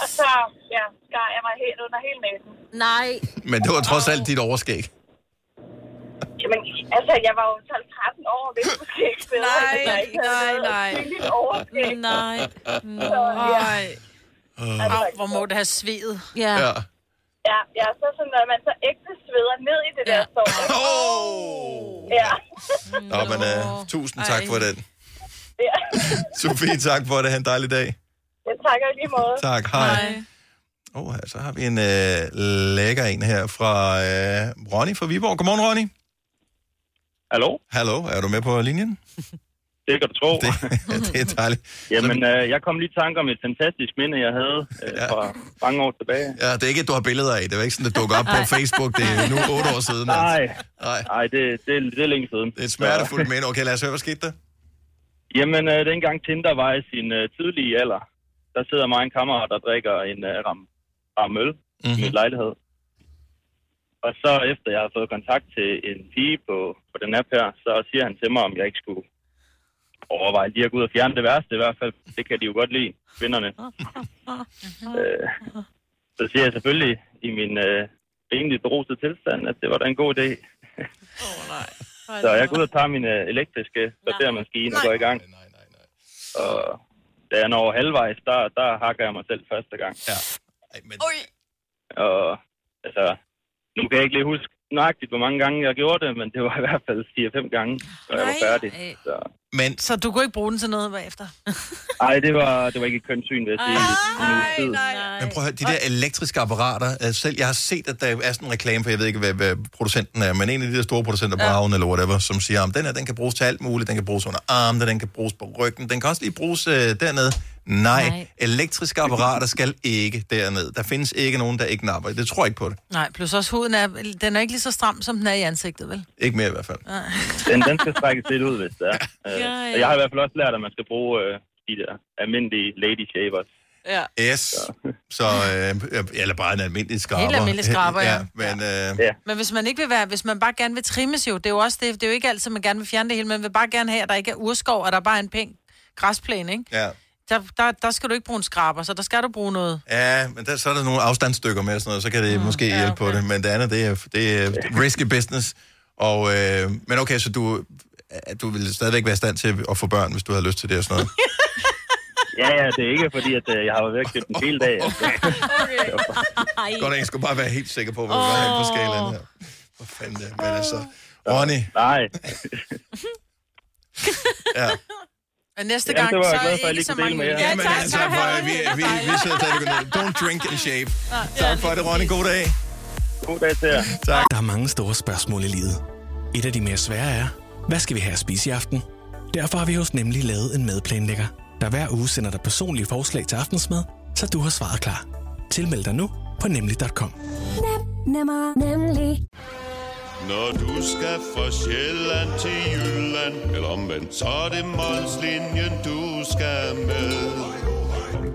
S11: Og så ja, skar jeg mig helt under hele næsen.
S4: Nej.
S1: Men det var trods alt dit overskæg.
S11: Jamen, altså, jeg var jo 12-13 år, og vidste måske ikke bedre.
S3: Nej,
S11: at jeg ikke havde
S3: nej,
S11: noget
S3: nej.
S11: synligt overskæg.
S4: Nej.
S11: Så, ja.
S2: Nej. Au, hvor må det have svedet.
S1: Ja.
S11: Ja, ja, så sådan, når man så ægte sveder ned i det ja. der sår. Oh! Ja.
S1: Nå, men øh, tusind tak
S11: Ej.
S1: for den.
S11: ja.
S1: Sofie, tak for det. Ha' en dejlig dag.
S11: Jeg takker i lige måde.
S1: Tak, hej. Hej. Åh, oh, så har vi en øh, lækker en her fra øh, Ronny fra Viborg. Godmorgen, Ronny.
S18: Hallo?
S1: Hallo, er du med på linjen?
S18: Det kan du tro. Det,
S1: det er dejligt.
S18: Jamen, øh, jeg kom lige i tanke om et fantastisk minde, jeg havde øh, ja. fra mange år tilbage.
S1: Ja, det er ikke, at du har billeder af. Det var ikke sådan, at dukker op på Facebook. Det er nu otte år siden. altså.
S18: Nej,
S1: nej,
S18: nej det, det, det er længe siden.
S1: Det er et Smertefuldt minde. Okay, lad os høre, hvad skete der?
S18: Jamen, øh, dengang Tinder var i sin øh, tidlige alder, der sidder mig og en kammerat, der drikker en øh, ram, ram øl mm-hmm. i min lejlighed. Og så efter jeg har fået kontakt til en pige på, på den app her, så siger han til mig, om jeg ikke skulle overveje lige at gå ud og fjerne det værste i hvert fald. Det kan de jo godt lide, kvinderne. Øh, så siger jeg selvfølgelig i min øh, rimelig beruset tilstand, at det var da en god idé. Så jeg går ud og tager min øh, elektriske barbermaskine og går i gang. Og da jeg når halvvejs, der, der hakker jeg mig selv første gang.
S1: Ja. Men...
S18: Og altså, nu kan jeg ikke lige huske nøjagtigt, hvor mange gange jeg gjorde det, men det var i hvert fald 4-5 gange, og jeg var
S2: Nej.
S18: færdig. Så,
S1: Men...
S2: Så du kunne ikke bruge den til noget bagefter?
S18: ej, det var, det var ikke et kønt syn, vil jeg sige. Nej, nej.
S1: Men prøv at høre, de der elektriske apparater, øh, selv jeg har set, at der er sådan en reklame for, jeg ved ikke, hvad, hvad producenten er, men en af de der store producenter, ja. Braun eller whatever, som siger, at den her, den kan bruges til alt muligt, den kan bruges under armene, den kan bruges på ryggen, den kan også lige bruges øh, dernede. Nej, Nej,
S2: Nej.
S1: elektriske apparater skal ikke derned. Der findes ikke nogen, der ikke napper. Det tror jeg ikke på det.
S2: Nej, plus også huden er, den er ikke lige så stram, som den er i ansigtet, vel?
S1: Ikke mere i hvert fald.
S2: Nej.
S18: Den, den skal strækkes lidt ud, hvis det er. Øh,
S2: Ja, ja.
S18: Og jeg har i hvert fald også lært, at man skal bruge øh, de der almindelige lady shavers.
S2: Ja.
S1: Yes. Så, øh, eller bare en almindelig skraber.
S2: Helt almindelig skraber, ja.
S1: men, øh,
S18: ja.
S2: Men hvis man ikke vil være, hvis man bare gerne vil trimmes jo, det er jo også det, det er jo ikke altid, man gerne vil fjerne det hele, men man vil bare gerne have, at der ikke er urskov, og der er bare en pæn græsplæne, ikke?
S1: Ja.
S2: Der, der, der skal du ikke bruge en skraber, så der skal du bruge noget.
S1: Ja, men der, så er der nogle afstandsstykker med og sådan noget, så kan det mm, måske ja, hjælpe på det. Men det andet, det er, det er risky business. Og, øh, men okay, så du, øh, du ville stadigvæk være i stand til at få børn, hvis du havde lyst til det og sådan noget.
S18: Ja, ja, det er ikke fordi, at øh, jeg har været ved at købe den hele dag. Altså.
S1: Godt, at jeg skulle bare være helt sikker på, hvad oh. var henne på skalaen her. Hvor fanden det er, men altså... Ronny.
S18: Nej.
S1: ja.
S2: Men næste
S1: Ja,
S2: gang,
S1: det var jeg
S2: så
S1: glad for,
S2: er
S1: at jeg
S2: ikke
S1: lige
S2: så
S1: kunne dele
S2: mange.
S1: med jer. Jamen, altså, for, vi, vi, vi sidder stadigvæk ned. Don't drink and shave. Tak for det, Ronny. God dag.
S18: God dag til jer.
S1: Tak.
S12: Der er mange store spørgsmål i livet. Et af de mere svære er, hvad skal vi have at spise i aften? Derfor har vi hos Nemlig lavet en madplanlægger, der hver uge sender dig personlige forslag til aftensmad, så du har svaret klar. Tilmeld dig nu på nemlig.com.
S13: Nem, nemmer, nemlig.
S14: Når du skal fra Sjælland til Jylland, eller omvendt, så er det Molslinjen, du skal med.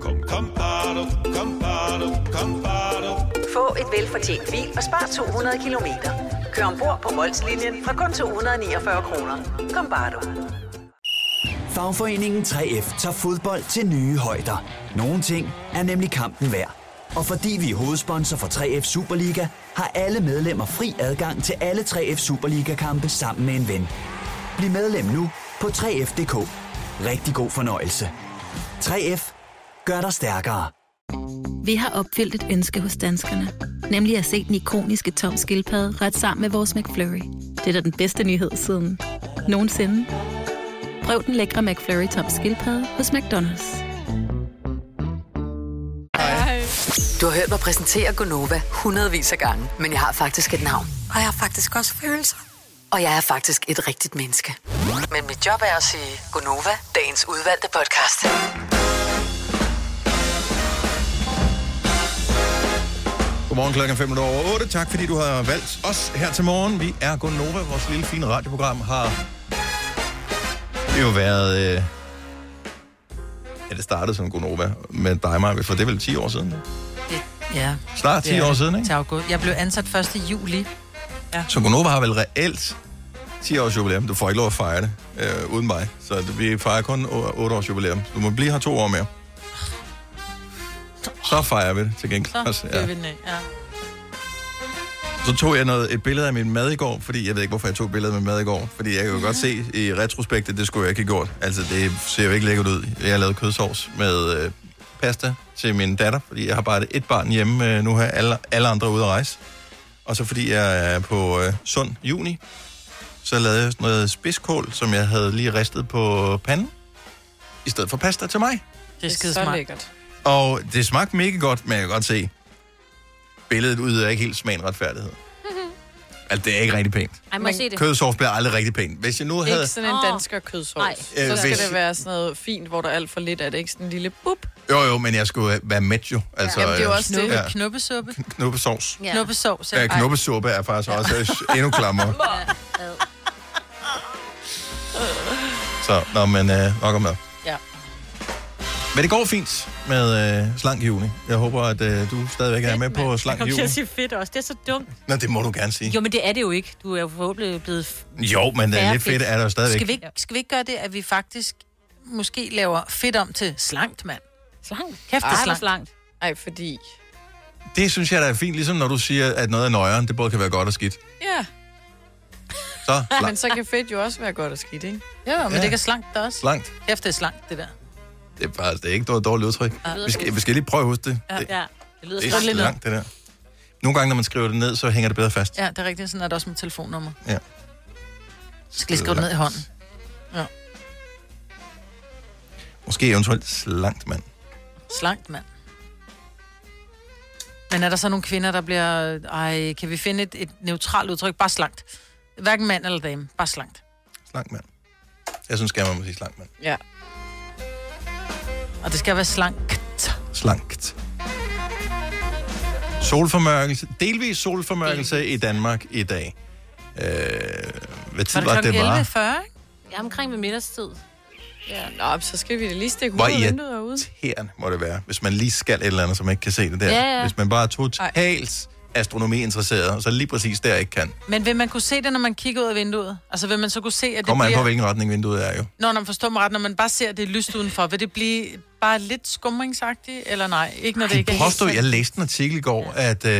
S14: Kom, kom, kom, bado, kom, bado, kom, bado.
S15: Få et velfortjent bil og spar 200 kilometer. Kør ombord på Molslinjen fra kun 249 kroner. Kom bare du.
S16: Fagforeningen 3F tager fodbold til nye højder. Nogle ting er nemlig kampen værd. Og fordi vi er hovedsponsor for 3F Superliga, har alle medlemmer fri adgang til alle 3F Superliga-kampe sammen med en ven. Bliv medlem nu på 3F.dk. Rigtig god fornøjelse. 3F gør dig stærkere.
S17: Vi har opfyldt et ønske hos danskerne. Nemlig at se den ikoniske tom skildpadde ret sammen med vores McFlurry. Det er da den bedste nyhed siden nogensinde. Prøv den lækre McFlurry tom skildpadde hos McDonald's.
S5: Du har hørt mig præsentere Gonova hundredvis af gange, men jeg har faktisk et navn.
S19: Og jeg har faktisk også følelser.
S5: Og jeg er faktisk et rigtigt menneske. Men mit job er at sige Gonova, dagens udvalgte podcast.
S1: Godmorgen klokken 5 over 8. Tak fordi du har valgt os her til morgen. Vi er Gonova, vores lille fine radioprogram har det har jo været... Øh... Ja, det startede som Gonova med dig, Maja, for det er vel 10 år siden. nu?
S2: Ja.
S1: Snart 10
S2: Det er
S1: år siden, ikke?
S2: Til august. Jeg blev ansat 1. juli. Ja.
S1: Så Gonova har vel reelt 10 års jubilæum. Du får ikke lov at fejre det øh, uden mig. Så det- vi fejrer kun 8 års jubilæum. Du må blive her to år mere. Så fejrer vi det til gengæld.
S3: Så
S1: Altså, ja.
S3: det vi den af. Ja.
S1: Så tog jeg noget, et billede af min mad i går, fordi jeg ved ikke, hvorfor jeg tog et billede af min mad i går. Fordi jeg kan jo godt se i retrospekt, at det skulle jeg ikke have gjort. Altså, det ser jo ikke lækkert ud. Jeg lavede kødsovs med øh, pasta til min datter, fordi jeg har bare et barn hjemme øh, nu her. Alle, alle andre er ude at rejse. Og så fordi jeg er på øh, sund juni, så lavede jeg sådan noget spidskål, som jeg havde lige ristet på panden, i stedet for pasta til mig.
S2: Det er skide
S3: så
S2: smart.
S3: lækkert.
S1: Og det smagte mega godt, men jeg kan godt se, billedet ud er ikke helt smagen retfærdighed. Altså, det er ikke rigtig pænt.
S4: Ej, må jeg se det?
S1: Kødsovs bliver aldrig rigtig pænt. Hvis jeg nu havde...
S3: Ikke sådan en dansker kødsovs.
S4: Nej.
S3: Så
S1: Øh,
S3: skal
S1: hvis-
S3: det være sådan noget fint, hvor der er alt for lidt af det. Ikke sådan en lille bup.
S1: Jo, jo, men jeg skulle øh, være med jo. Altså,
S3: Jamen, det er jo
S1: øh,
S3: også det.
S1: Ja.
S2: Knuppesuppe.
S1: Knuppesovs.
S2: Ja. Knuppesovs.
S1: Ja, knuppesuppe er faktisk også øh, endnu klammere. Så, nå, men øh, nok om det.
S2: Ja.
S1: Men det går fint med øh, slank juni. Jeg håber, at øh, du stadigvæk er med på
S4: Jeg
S1: slank
S4: kom til
S1: juni.
S4: at sige fedt også. Det er så dumt.
S1: Nå, det må du gerne sige.
S4: Jo, men det er det jo ikke. Du er jo forhåbentlig blevet... f-
S1: Jo, men øh,
S4: færre
S1: lidt fedt er der jo stadigvæk.
S2: Skal vi, ikke, skal vi ikke gøre det, at vi faktisk måske laver fedt om til slankt, mand?
S4: Slankt?
S2: Kæft, det
S3: Ej,
S2: er
S3: hvor
S2: slankt.
S4: slankt.
S3: Ej, fordi...
S1: Det synes jeg, der er fint. Ligesom når du siger, at noget er nøjeren, det både kan være godt og skidt.
S3: Ja,
S1: Så
S3: men
S1: slank.
S3: så kan fedt jo også være godt og skidt, ikke?
S2: Jo, men
S1: Ja.
S2: det kan slankt da også.
S1: slankt.
S2: Kæft, det er slankt, det der.
S1: Det er faktisk det er ikke noget dårligt udtryk.
S2: Ja.
S1: Vi skal, vi skal lige prøve at huske det.
S2: Ja, ja. Det lyder
S1: Det er slankt, det der. Nogle gange, når man skriver det ned, så hænger det bedre fast.
S2: Ja, det er rigtigt. Sådan er det også med telefonnummer.
S1: Ja.
S2: Så skal lige skrive det ned i hånden. Ja.
S1: Måske eventuelt slankt, mand.
S2: Slankt, mand. Men er der så nogle kvinder, der bliver... Ej, kan vi finde et, et neutralt udtryk? Bare slankt. Hverken mand eller dame. Bare slankt.
S1: Slankt, mand. Jeg synes gerne, man må sige slankt, mand.
S2: Ja. Og det skal være slankt.
S1: Slankt. Solformørkelse. Delvis solformørkelse i Danmark i dag. Øh, hvad tid var det, det
S2: 11.40,
S1: var?
S4: ikke? Ja, omkring ved middagstid.
S3: Ja, nå, så skal vi da lige stikke
S1: Hvor
S3: hovedet i
S1: irri-
S3: vinduet herude.
S1: irriterende må det være, hvis man lige skal et eller andet, som man ikke kan se det der.
S2: Ja, ja.
S1: Hvis man bare er totalt astronomi-interesseret, og så lige præcis der ikke kan.
S2: Men vil man kunne se det, når man kigger ud af vinduet? Altså vil man så kunne se, at det
S1: Kommer an
S2: bliver...
S1: på, hvilken retning vinduet er jo.
S2: Nå, når man forstår mig ret, når man bare ser, at det er lyst udenfor, vil det blive bare lidt skumringsagtigt, eller nej? Ikke når det ikke
S1: De
S2: er
S1: påstod,
S2: helt-
S1: jeg læste en artikel i går, at øh,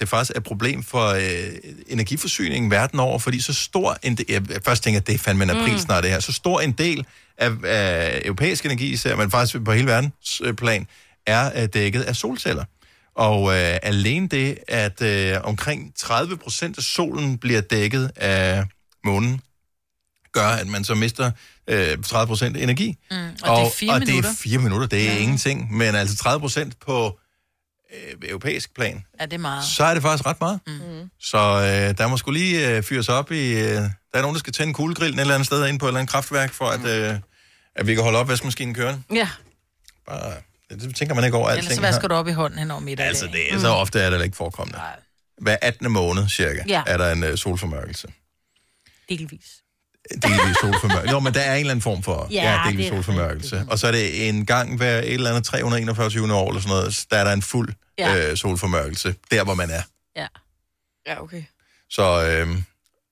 S1: det faktisk er et problem for øh, energiforsyningen verden over, fordi så stor en del, jeg først tænker, at det er fandme en april
S6: Mm.
S1: snart det her, så stor en del af, af europæisk energi især, men faktisk på hele verdens øh, plan, er øh, dækket af solceller. Og øh, alene det, at øh, omkring 30 procent af solen bliver dækket af månen, gør, at man så mister øh, 30 procent energi.
S2: Mm, og, det er fire
S1: og
S2: minutter.
S1: det er fire minutter, det er ja. ingenting. Men altså 30 procent på øh, europæisk plan,
S2: Ja, det er meget.
S1: så er det faktisk ret meget. Mm. Så øh, der må skulle lige øh, fyres op i... Øh, der er nogen, der skal tænde kuglegrillen et eller andet sted ind på et eller andet kraftværk, for at, øh, at vi kan holde opvaskemaskinen kørende.
S2: Mm. Ja,
S1: Bare, det, det tænker man ikke over
S2: ellers
S1: alting.
S2: så vasker du op i hånden hen over middag. Altså,
S1: det Ja, Så ofte er det da ikke forekommende. Hver 18. måned cirka
S2: Ja.
S1: er der en øh, solformørkelse.
S4: Delvis.
S1: delvis solformørkelse. Jo, men der er en eller anden form for
S4: Ja,
S1: ja, ja,
S4: det
S1: delvis
S4: er
S1: solformørkelse. Og så er det en gang hver et eller andet 341. år eller sådan noget, der er der en fuld
S3: Ja.
S1: ja. øh, solformørkelse, der hvor man er.
S4: Ja.
S3: Ja, okay.
S1: Så, øh,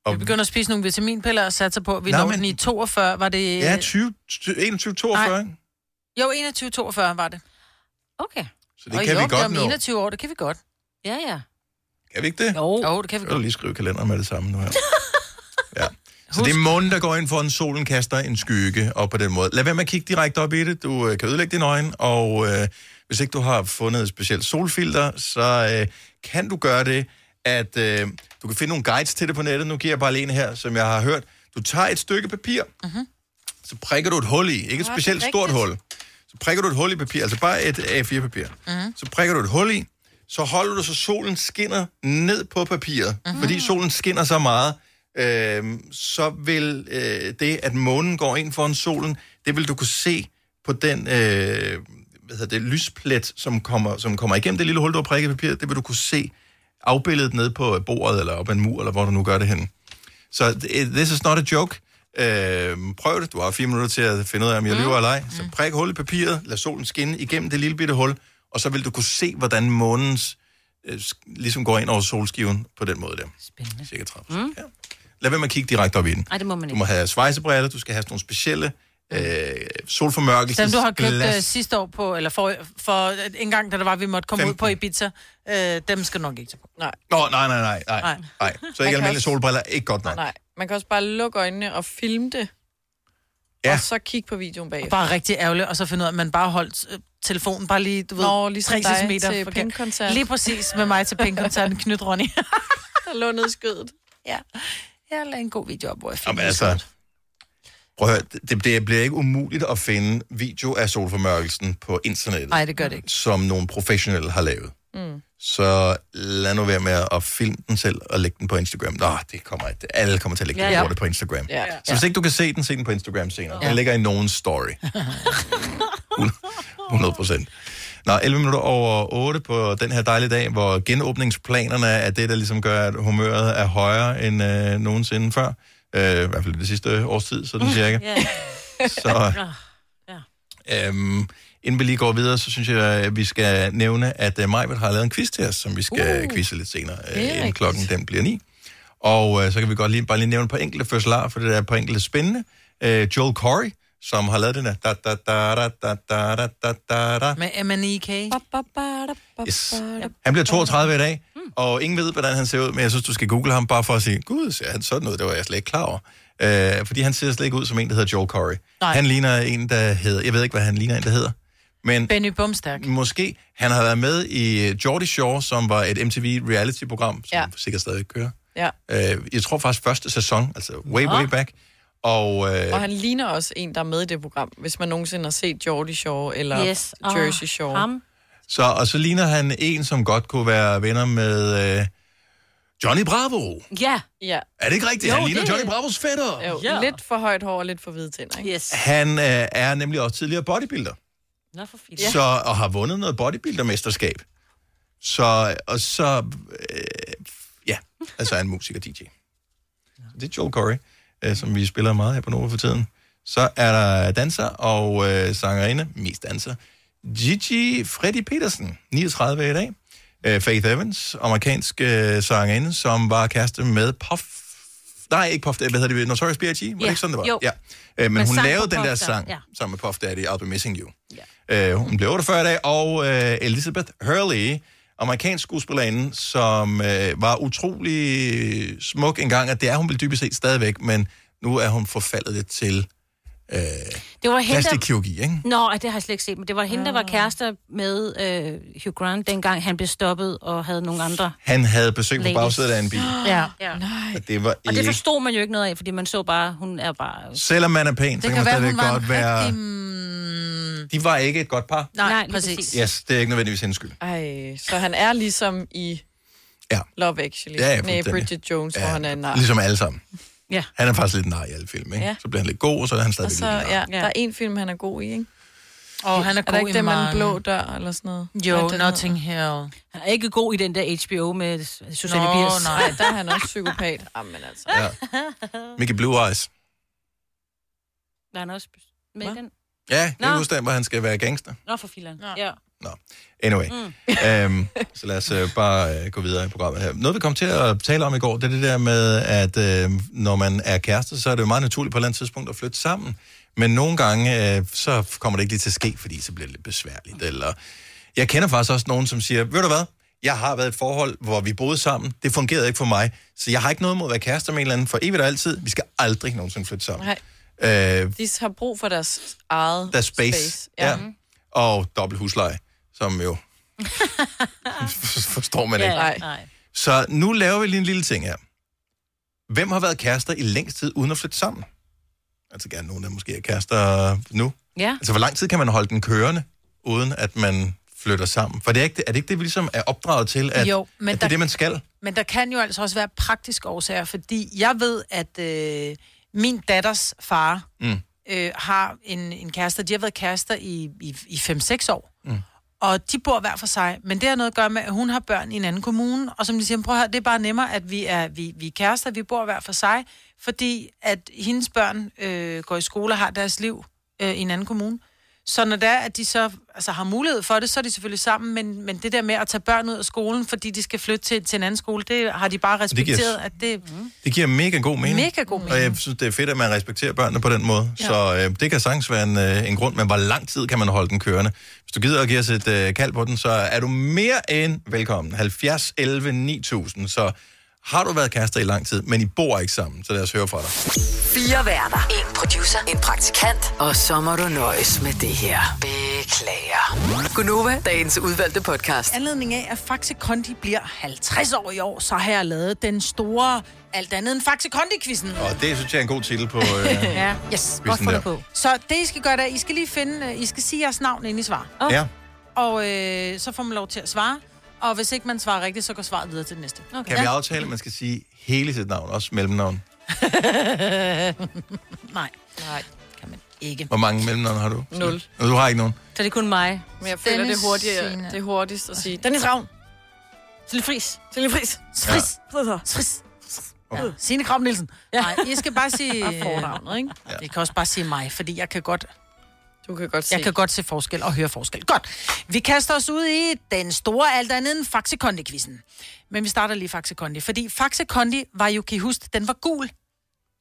S1: og,
S2: Vi begynder at spise nogle vitaminpiller og satser på, at vi
S1: Nej,
S2: når
S1: men-
S2: den i 42, var det...
S1: ja, 20, 21, 42.
S2: Jo, 21-42 var det. Okay.
S1: Så det kan vi godt
S2: om
S1: nå.
S2: 21 år, det kan vi godt. Ja, ja.
S1: Kan vi ikke det?
S2: Jo, jo det kan vi
S1: godt. lige skrive i kalenderen med det samme nu her. ja. Så det er månen, der går ind for, en solen kaster en skygge op på den måde. Lad være med at kigge direkte op i det. Du øh, kan ødelægge dine øjne, og øh, hvis ikke du har fundet et specielt solfilter, så øh, kan du gøre det, at øh, du kan finde nogle guides til det på nettet. Nu giver jeg bare lige en her, som jeg har hørt. Du tager et stykke papir,
S2: Mhm.
S1: så prikker du et hul i. Ikke et
S2: Nå,
S1: specielt
S2: det er
S1: stort
S2: rigtigt.
S1: hul. Så prikker du et hul i papir, altså bare et A4-papir.
S2: Mhm.
S1: Så prikker du et hul i, så holder du så solen skinner ned på papiret.
S2: Mhm.
S1: Mm-hmm. Fordi solen skinner så meget, øh, så vil øh, det, at månen går ind foran solen, det vil du kunne se på den øh, hvad hedder det, lysplet, som kommer, som kommer igennem det lille hul, du har prikket i papiret. Det vil du kunne se afbildet ned på bordet, eller op ad en mur, eller hvor du nu gør det henne. Så øh, this is not a joke. Øh, prøv det. Du har fire minutter til at finde ud af, om
S2: Mm.
S1: jeg lyver eller ej. Så prik hul i papiret, lad solen skinne igennem det lille bitte hul, og så vil du kunne se, hvordan månens øh, sk- ligesom går ind over solskiven på den måde der. Spændende. Cirka 30. Mm. Ja. Lad være med at kigge direkte op i den.
S4: Nej, det må man
S1: Du
S4: ikke.
S1: må have svejsebriller, du skal have sådan nogle specielle øh, solformørkelses...
S2: Dem, Mm. du har købt øh,
S1: glas.
S2: sidste år på, eller for, for en gang, da der var, vi måtte komme ud på Ibiza, øh, dem skal du nok ikke tage på.
S3: Nej.
S1: Nå, nej, nej, nej, nej.
S2: Nej.
S1: nej. Så
S3: Man
S1: ikke
S3: kan
S1: almindelige
S3: også-
S1: solbriller, ikke godt nok.
S3: Nej, man kan også bare lukke øjnene og filme det.
S1: Ja.
S3: Og så kigge på videoen bagefter.
S2: Bare rigtig ærgerligt, og så finde ud af, at man bare holdt øh, telefonen bare lige, du ved,
S3: Nå, ligesom dig
S2: centimeter
S3: til
S2: forkert.
S3: Pink-koncert.
S2: Lige præcis med mig til pinkoncerten, Knyt Ronny.
S3: Der lå nede i skødet.
S2: Ja. Jeg lagde en god video op, hvor jeg
S1: Jamen altså, prøv at høre, det, det bliver ikke umuligt at finde video af solformørkelsen på internettet,
S2: Nej, det gør det ikke.
S1: som nogle professionelle har lavet.
S2: Mm.
S1: Så lad nu være med at filme den selv og lægge den på Instagram. Nå, det kommer ikke. Alle kommer til at lægge
S2: Ja,
S1: ja,
S2: ja.
S1: ja. det på Instagram.
S2: Ja.
S1: Så hvis ikke du kan se den, se den på Instagram senere.
S2: Ja.
S1: Ja. Den ligger i nogen story. 100 procent. Nå, 11 minutter over 8 på den her dejlige dag, hvor genåbningsplanerne er det, der ligesom gør, at humøret er højere end øh, nogensinde før. Øh, I hvert fald det sidste års tid, sådan cirka. Så- Øhm, inden vi lige går videre, så synes jeg, at vi skal nævne, at uh, Majbert har lavet en quiz til os, som vi skal uh, quizze lidt senere, uh,
S6: det er
S1: inden
S6: rigtigt.
S1: klokken den bliver ni. Og uh, så kan vi godt lige, bare lige nævne et par enkelte fødselar, for det er et par enkelte spændende. Uh, Joel Corey, som har lavet den her... Da, da, da, da, da, da, da, da, da, da.
S2: Med E M&E-K.
S1: Yes. Han bliver 32 i dag, og ingen ved, hvordan han ser ud, men jeg synes, du skal google ham bare for at sige, gud, ser han sådan ud? Det var jeg slet ikke klar over. Øh, fordi han ser slet ikke ud som en, der hedder Joel Corey.
S2: Nej.
S1: Han ligner en, der hedder, jeg ved ikke, hvad han ligner en, der hedder. Men
S2: Benny Bumstærk.
S1: måske, han har været med i øh, Geordie Shore, som var et MTV reality-program, som
S3: Ja.
S1: ja. sikkert stadig kører.
S3: Ja.
S1: Øh, jeg tror faktisk første sæson, altså way,
S3: Nå.
S1: way back. Og, øh,
S3: Og han ligner også en, der er med i det program, hvis man nogensinde har set Geordie Shore eller
S4: Yes, og
S3: Jersey Shore.
S4: ham.
S1: så, og så ligner han en, som godt kunne være venner med øh, Johnny Bravo.
S4: Ja.
S3: ja.
S1: Er det ikke rigtigt? Han ligner Johnny Bravos fætter.
S3: Jo, ja. lidt for højt hår og lidt for hvide tænder, ikke?
S4: Yes.
S1: Han øh, er nemlig også tidligere bodybuilder,
S4: Nå, for fint.
S1: ja. så, og har vundet noget bodybuildermesterskab. Så, og så, øh, ja, altså er en musiker DJ. Så det er Joel Corey, øh, som vi spiller meget her på Nova for tiden. Så er der danser og øh, sangerinde, mest danser, Gigi Freddy Petersen, 39 i dag. Øh, Faith Evans, amerikansk øh, sangerinde, som var kæreste med Puff. Nej, ikke Puff, hvad hedder det? Notorious B.I.G.? Var det
S6: Ja,
S1: ikke sådan, det var?
S6: jo.
S1: Ja. Øh, men
S6: Men
S1: hun
S6: sang på
S1: lavede den der
S6: Puff Daddy,
S1: sang
S6: ja.
S1: sammen med Puff Daddy, I'll Be Missing You. Øh, hun blev 48 i dag, og øh, Elizabeth Hurley, amerikansk skuespillerinde, som øh, var utrolig smuk engang, og det er hun vel dybest set stadigvæk, men nu er hun forfaldet lidt til øh,
S4: Det var hende, der...
S1: plastikkirurgi, ikke?
S4: Nå, ej, det har jeg slet ikke set, men det var hende, der var kærester med øh, Hugh Grant, dengang han blev stoppet og havde nogle andre.
S1: Han havde besøg på
S4: Ladies.
S1: bagsædet af en bil,
S4: Ja. ja. Nej.
S1: og det var
S4: Og det
S1: ikke...
S4: forstod man jo ikke noget af, fordi man så bare, hun er bare...
S1: Selvom man er pæn, så
S4: Det
S1: kan
S4: kan
S1: man
S4: være,
S1: stadigvæk
S4: hun var en
S1: godt være...
S4: rigtig-
S1: De var ikke et godt par.
S2: mm, Nej, Nej præcis.
S1: Yes, det er ikke nødvendigvis hendes skyld.
S3: Ej, så han er ligesom i
S1: ja.
S3: Love Actually.
S1: Ja, ja,
S3: Nej,
S1: fuldstændig.
S3: Bridget Jones, ja. hvor han er en nar.
S1: Ligesom alle sammen.
S4: Ja.
S1: Han er faktisk lidt nar i alle film, ikke?
S3: Ja.
S1: Ja. Så bliver han lidt god, og så er han
S3: Og
S1: stadigvæk
S3: så,
S1: så, lidt nar.
S3: ja, der er en film, han er god i, ikke?
S2: Og han er
S3: er
S2: god
S3: der ikke
S2: i
S3: det med den
S2: mange.
S3: blå dør, eller sådan noget?
S2: Jo,
S3: Hvad er det, den
S2: Notting
S3: hedder?
S2: Hill.
S4: Han er ikke god i den der HBO med Susanne
S3: Nå,
S4: Biers.
S3: nej, der er han også psykopat. Jamen altså.
S1: Ja. Mickey Blue Eyes.
S4: Der er han også med i den.
S1: Ja, jeg
S4: Nå.
S1: kan huske den, hvor han skal være gangster.
S4: Nå, for filan. Ja.
S1: Anyway,
S4: Mm.
S1: mm. øhm, så lad os øh, bare øh, gå videre i programmet her. Noget, vi kom til at tale om i går, det er det der med, at øh, når man er kærester, så er det jo meget naturligt på et eller andet tidspunkt at flytte sammen. Men nogle gange, øh, så kommer det ikke lige til at ske, fordi så bliver det lidt besværligt, eller Jeg kender faktisk også nogen, som siger, ved du hvad, jeg har været i et forhold, hvor vi boede sammen. Det fungerede ikke for mig. Så jeg har ikke noget mod at være kærester med en eller anden for evigt og altid. Vi skal aldrig nogensinde flytte sammen.
S3: Nej,
S1: Øh,
S3: de har brug for deres eget
S1: der er space.
S3: space.
S1: Ja. ja.
S2: Mm-hmm.
S1: Og dobbelt husleje, som jo forstår man ikke.
S3: nej.
S1: Så nu laver vi lige en lille ting her. Hvem har været kærester i længst tid uden at flytte sammen? Altså gerne nogen, der måske er kærester nu.
S4: Ja.
S1: Altså, hvor lang tid kan man holde den kørende, uden at man flytter sammen? For det er, ikke, er det ikke det, vi ligesom er opdraget til, at,
S2: Jo, men
S1: at det
S2: der-
S1: er det, man skal?
S2: Men der kan jo altså også være praktiske årsager, fordi jeg ved, at øh, min datters far
S1: Mm.
S2: øh, har en, en kæreste. De har været kærester i, i, i 5-6 år.
S1: Mm.
S2: Og de bor hver for sig, men det har noget at gøre med, at hun har børn i en anden kommune, og som de siger, prøv at høre, det er bare nemmere, at vi er, vi, vi er kærester, vi bor hver for sig, fordi at hendes børn øh, går i skole og har deres liv øh, i en anden kommune. Så når det er, at de så altså, har mulighed for det, så er de selvfølgelig sammen, men, men det der med at tage børn ud af skolen, fordi de skal flytte til, til en anden skole, det har de bare
S1: Det giver-
S2: respekteret, at det... Mm.
S1: Det giver mega god mening.
S2: Mega god
S1: Og jeg
S2: mening.
S1: synes, det er fedt, at man respekterer børnene på den måde. Ja.
S2: Ja.
S1: Så øh, det kan sagtens være en, øh, en grund, men hvor lang tid kan man holde den kørende? Hvis du gider at give os et øh, kald på den, så er du mere end velkommen. 70 11 9000. Så har du været kærester i lang tid, men I bor ikke sammen, så lad os høre fra dig.
S5: Fire værter. En producer. En praktikant. Og så må du nøjes med det her. Beklager. Gunova, dagens udvalgte podcast.
S2: Anledning af, at Faxe Kondi bliver 50 år i år, så har jeg lavet den store alt andet end Faxe Kondi-quizzen.
S1: Og det synes jeg er en god titel på... Øh,
S2: ja, yes.
S1: Godt fundet der. på.
S2: Så det, I skal gøre, det er, I skal lige finde, øh, I skal sige jeres navn, inden I svarer.
S1: Ja.
S2: Og øh, så får man lov til at svare. Og hvis ikke man svarer rigtigt, så går svaret videre til den næste. Okay.
S1: Kan vi aftale, at man skal sige hele sit navn, også mellemnavn?
S2: Nej. Nej. Ikke.
S1: Hvor mange mellemnavn har du?
S3: Nul.
S1: Nå, Du har ikke nogen?
S4: Så det er kun mig.
S3: Men jeg føler, det er, hurtigere, det er hurtigst at sige. Dennis Ravn.
S4: Til fris.
S3: Til fris.
S1: Fris.
S2: Fris. Ja. Signe Kram Nielsen. Ja. Nej, I skal bare sige...
S3: Bare fornavnet, ikke?
S2: Ja. I kan også bare sige mig, fordi jeg kan godt...
S3: Du kan godt
S2: Jeg kan godt se forskel og høre forskel. Godt. Vi kaster os ud i den store alt andet end Faxe Kondi-quizzen. Men vi starter lige Faxe Kondi, fordi Faxe Kondi var jo, kan I huske, den var gul,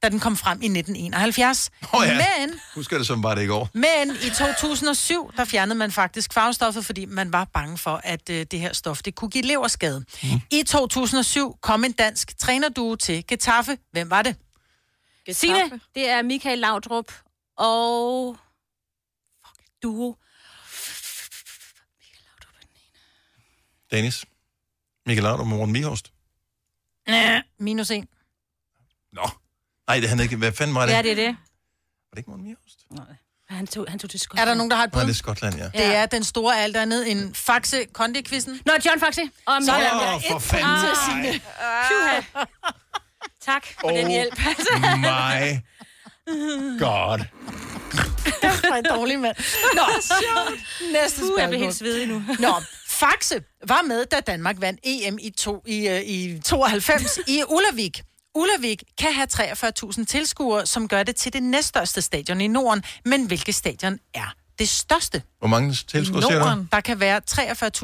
S2: da den kom frem i 1971.
S1: Åh ja.
S2: Men
S1: Husker det som var det i går.
S2: Men i 2007, der fjernede man faktisk farvestoffet, fordi man var bange for, at øh, det her stof, det kunne give leverskade. Mm. I 2007 kom en dansk trænerduo til Getafe. Hvem var det?
S4: Signe, det er Michael Laudrup og... Fuck, duo.
S1: Dennis. Michael Laudrup og Morten Mihorst.
S2: Næh, Minus en.
S1: Nå. Nej, det han ikke. Hvad fanden var det?
S4: Ja, det er det.
S1: Var det ikke Morten Mihorst?
S4: Nej. Han tog, han tog til Skotland.
S2: Er der nogen, der har et
S1: Nej, det
S2: bud?
S1: er Skotland, ja.
S2: Det er den store alt andet end Faxe kondi
S4: Nå, John Faxe. Og
S2: Sådan
S4: Michael
S2: der.
S4: Laudrup.
S2: Et punkt
S4: fanden.
S2: til
S4: Ej.
S2: Signe.
S4: Pjuha. Tak for
S1: Oh
S4: den hjælp. Altså,
S1: My God.
S2: Det var en dårlig mand. Nå, næste
S4: Uh,
S2: spørgsmål.
S4: jeg bliver helt svedig nu.
S2: Nå, Faxe var med, da Danmark vandt EM i, to, i, øh, i 92 i Ullavik. Ullavik kan have 43.000 tilskuere, som gør det til det næststørste stadion i Norden. Men hvilket stadion er det største?
S1: Hvor mange tilskuere ser du?
S2: Der kan være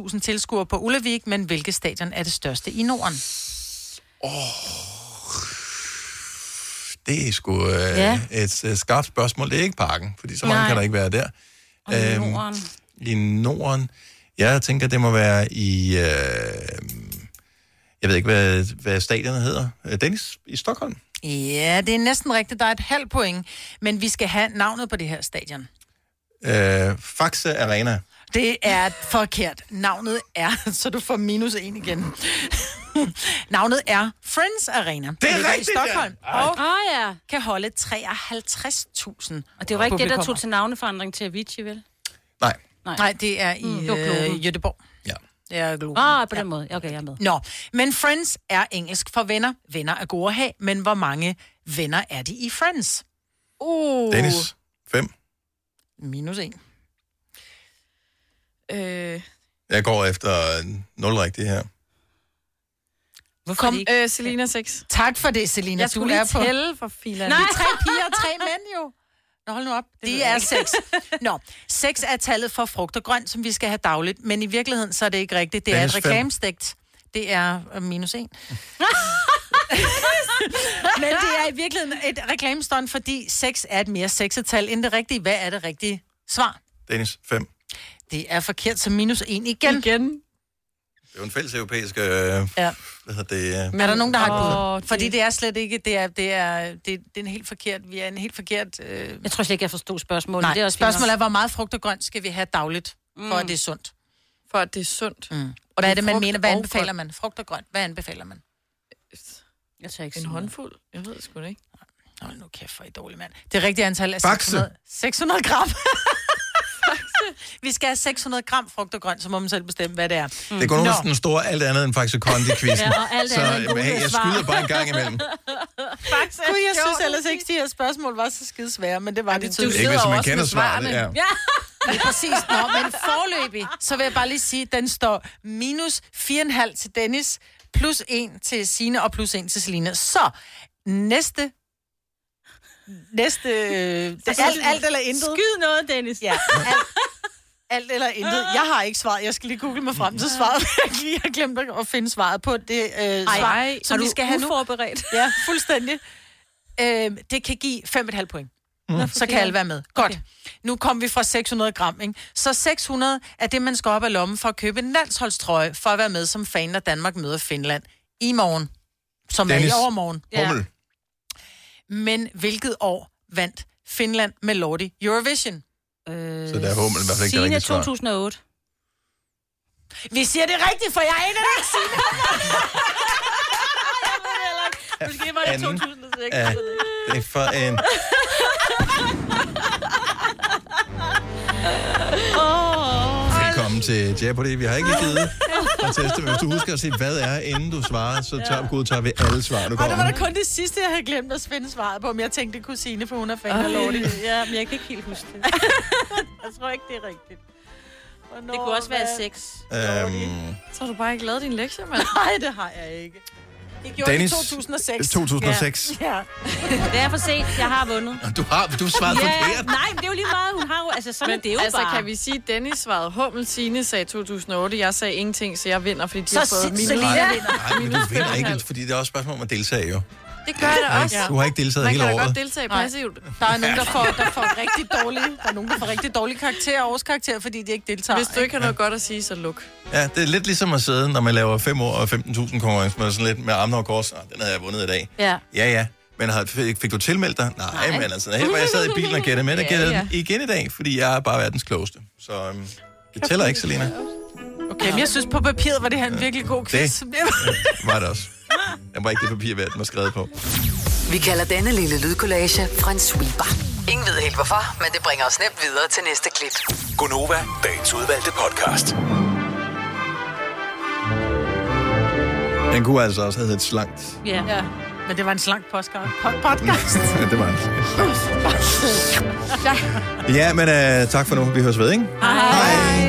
S2: 43.000 tilskuere på Ullavik, men hvilket stadion er det største i Norden?
S1: Det er sgu øh, ja.
S2: Ja.
S1: et øh, skarpt spørgsmål. Det er ikke parken, fordi så mange Nej.
S2: Nej.
S1: kan der ikke være der.
S4: Og
S1: Øhm.
S4: Norden.
S1: I Norden. Jeg tænker, det må være i... Øh, jeg ved ikke, hvad, hvad stadionet hedder. Øh, Dennis i Stockholm.
S2: Ja, det er næsten rigtigt. Der er et halvt point, men vi skal have navnet på det her stadion.
S1: Øh, Faxe Arena.
S2: Det er forkert. Navnet er, så du får minus en igen. Navnet er Friends Arena. Det
S4: er
S2: ligger
S4: rigtigt,
S2: I
S4: ja.
S2: Stockholm.
S4: Ej.
S2: Og
S4: Åh, ja.
S2: kan holde 53.000
S4: Og det var ikke det, der tog til navneforandring til Avicii, vel?
S1: Nej.
S4: Nej,
S2: Nej, det er i
S4: Mm. Det var Globen.
S2: øh, Jødeborg.
S1: Ja.
S2: Det er Globen.
S4: Ah, på den måde. Okay, jeg er med.
S2: Nå, men Friends er engelsk for venner. Venner er gode at have, men hvor mange venner er de i Friends? Uh.
S1: Dennis. Fem.
S2: Minus en.
S3: Øh,
S1: Jeg går efter øh, nul rigtigt her.
S4: Hvorfor
S3: Kom, øh, Selina 6.
S2: Tak for det, Selina.
S3: Jeg
S2: Du
S3: skulle lige
S2: er på-
S3: tælle for filan.
S2: Nej. Vi er tre piger og tre mænd jo. Nå, hold nu op. Det
S3: ved
S2: de
S3: jeg
S2: er
S3: ikke.
S2: seks. Nå, seks er tallet for frugt og grønt, som vi skal have dagligt. Men i virkeligheden, så er det ikke rigtigt. Det er
S4: Dennis
S2: et
S4: fem.
S2: reklamestegt. Det er øh, minus en. Men det er i virkeligheden et reklamestånd, fordi seks er et mere sexet tal end det rigtige. Hvad er det rigtige svar?
S1: Dennis, fem.
S2: Det er forkert, så minus en igen. Igen.
S1: Det er jo en fælles europæisk... Øh, ja. Hvad hedder det? Øh,
S2: Men er der nogen, der har
S1: Åh,
S2: et bud? Fordi det er slet ikke, det er, det er, det, det er en helt forkert, vi er en helt forkert... Øh...
S4: Jeg tror slet ikke, jeg forstod spørgsmålet.
S2: Nej,
S4: det er også fint
S2: spørgsmålet er,
S4: nok.
S2: hvor meget frugt og grønt skal vi have dagligt, for
S4: Mm.
S2: at det er sundt?
S3: For at det er sundt.
S2: Mm. Og hvad er det, man
S3: frugt
S2: mener? Hvad
S3: og
S2: anbefaler
S3: grønt.
S2: man? Frugt og grønt, hvad anbefaler man?
S4: Jeg tager ikke
S3: En
S2: sådan noget.
S3: håndfuld? Jeg ved det sgu da ikke.
S2: Hold nu kæft, for I dårlig mand. Det rigtige antal er
S3: Bakse.
S2: 600, 600 gram. vi skal have 600 gram frugt og grønt, så må man selv bestemme, hvad det er.
S1: Det går nogen sådan en stor alt andet end faktisk kondi quizzen
S2: Ja, og alt
S1: Så
S2: andet end
S1: øh, hey, jeg
S2: gode svar.
S1: skyder bare en gang imellem.
S2: Faktisk, Gud, jeg synes ellers ikke, de her spørgsmål var så skide svære, men det var det
S1: tydeligvis. Ikke, hvis man kender svarene, ja.
S2: Ja, lige præcis. Nå, men forløbig, så vil jeg bare lige sige, at den står minus 4,5 til Dennis, plus 1 til Sine og plus 1 til Selina. Så næste Næste... Øh, det,
S4: Altså,
S2: alt, alt eller intet.
S4: Skyd noget, Dennis.
S2: Ja, alt, alt eller intet. Jeg har ikke svaret. Jeg skal lige google mig frem til svaret. Jeg har lige har glemt at finde svaret på det øh, svar,
S4: Ah. ej, er du
S2: uforberedt? nu. Mm. Ja, fuldstændig. Øh, det kan give 5,5 point.
S4: Nå,
S2: Mm. Så kan
S4: forkert.
S2: alle være med. Godt. Okay. Nu kom vi fra 600 gram, ikke? Så 600 er det, man skal op af lommen for at købe en landsholdstrøje, for at være med som fan, når Danmark møder Finland i morgen. Som
S19: Dennis
S2: er i overmorgen.
S19: Hummel.
S2: Men hvilket år vandt Finland med Lordi Eurovision? Øh,
S1: Så der er Hummel i hvert fald ikke det rigtige svar.
S2: 2008. Vi siger det rigtigt, for jeg aner det ikke, Signe.
S4: Måske var det
S1: Anden
S4: 2006.
S1: Ja, det er for en... Velkommen til Jeopardy. Vi har ikke givet at teste, men hvis du husker at se, hvad er, inden du svarer, så tager, gud, tager vi alle svar, du
S2: Og det var
S1: kommer.
S2: da kun det sidste, jeg havde glemt at finde svaret på, men jeg tænkte, det kunne Signe, for hun er fan af Lordi.
S4: Ja, men jeg kan ikke helt huske det.
S2: jeg tror ikke, det er rigtigt. Hvornår,
S4: Det kunne også være
S2: hvad?
S4: 6.
S1: Øhm,
S3: Så har du bare ikke lavet din lektie, mand.
S2: Nej, det har jeg ikke. Det
S1: gjorde jeg i Dennis, 2006. 2006.
S2: Ja. ja.
S4: Det er for sent. Jeg har vundet.
S1: du har, du svarede forkert.
S4: nej, men det er jo lige meget. Hun har jo... Altså, sådan
S3: Men
S4: er det jo
S3: altså,
S4: bare.
S3: kan vi sige, at Dennis svarede Hummel, Signe sagde 2008, jeg sagde ingenting, så jeg vinder, fordi de
S4: Så
S3: har fået
S4: Sil-
S3: min
S4: Selina
S1: Nej, men du vinder ikke, fordi det er også et spørgsmål om at deltage, jo.
S2: Det gør jeg
S1: Nej,
S2: da også.
S1: du har ikke deltaget
S2: Man
S1: hele
S2: kan da
S1: året.
S2: godt deltage
S3: Nej.
S2: passivt. Der er nogen, der får, der får rigtig dårlige, der er nogen, der får rigtig dårlige karakterer og årskarakterer, fordi de ikke deltager.
S3: Hvis du ikke har noget godt at sige, så luk.
S1: Ja, det er lidt ligesom at sidde, når man laver 5 år og 15.000 konkurrence, med sådan lidt med armene og kors. Ah, den havde jeg vundet i dag.
S3: Ja.
S1: Ja, ja. Men har, fik fik du tilmeldt dig? Nej,
S3: Nej.
S1: Nej. men altså, her var jeg sad i bilen og gættede med, og
S3: Ja,
S1: gættede
S3: ja.
S1: ja, igen i dag, fordi jeg er bare verdens klogeste. Så øhm, det tæller ikke, Selina.
S2: Okay, men jeg synes, på papiret var det her en virkelig god quiz.
S1: Det var det også. Jeg var ikke det papir, hvad den var skrevet på.
S5: Vi kalder denne lille lydkollage en sweeper. Ingen ved helt hvorfor, men det bringer os nemt videre til næste klip.
S6: Gonova, dagens udvalgte podcast.
S1: Den kunne altså også have heddet slankt.
S2: Ja. ja. Men det var en slank podcast. Pod- podcast.
S1: ja, det var en slankt. Ja, men øh, tak for nu. Vi høres ved, ikke?
S2: Hej.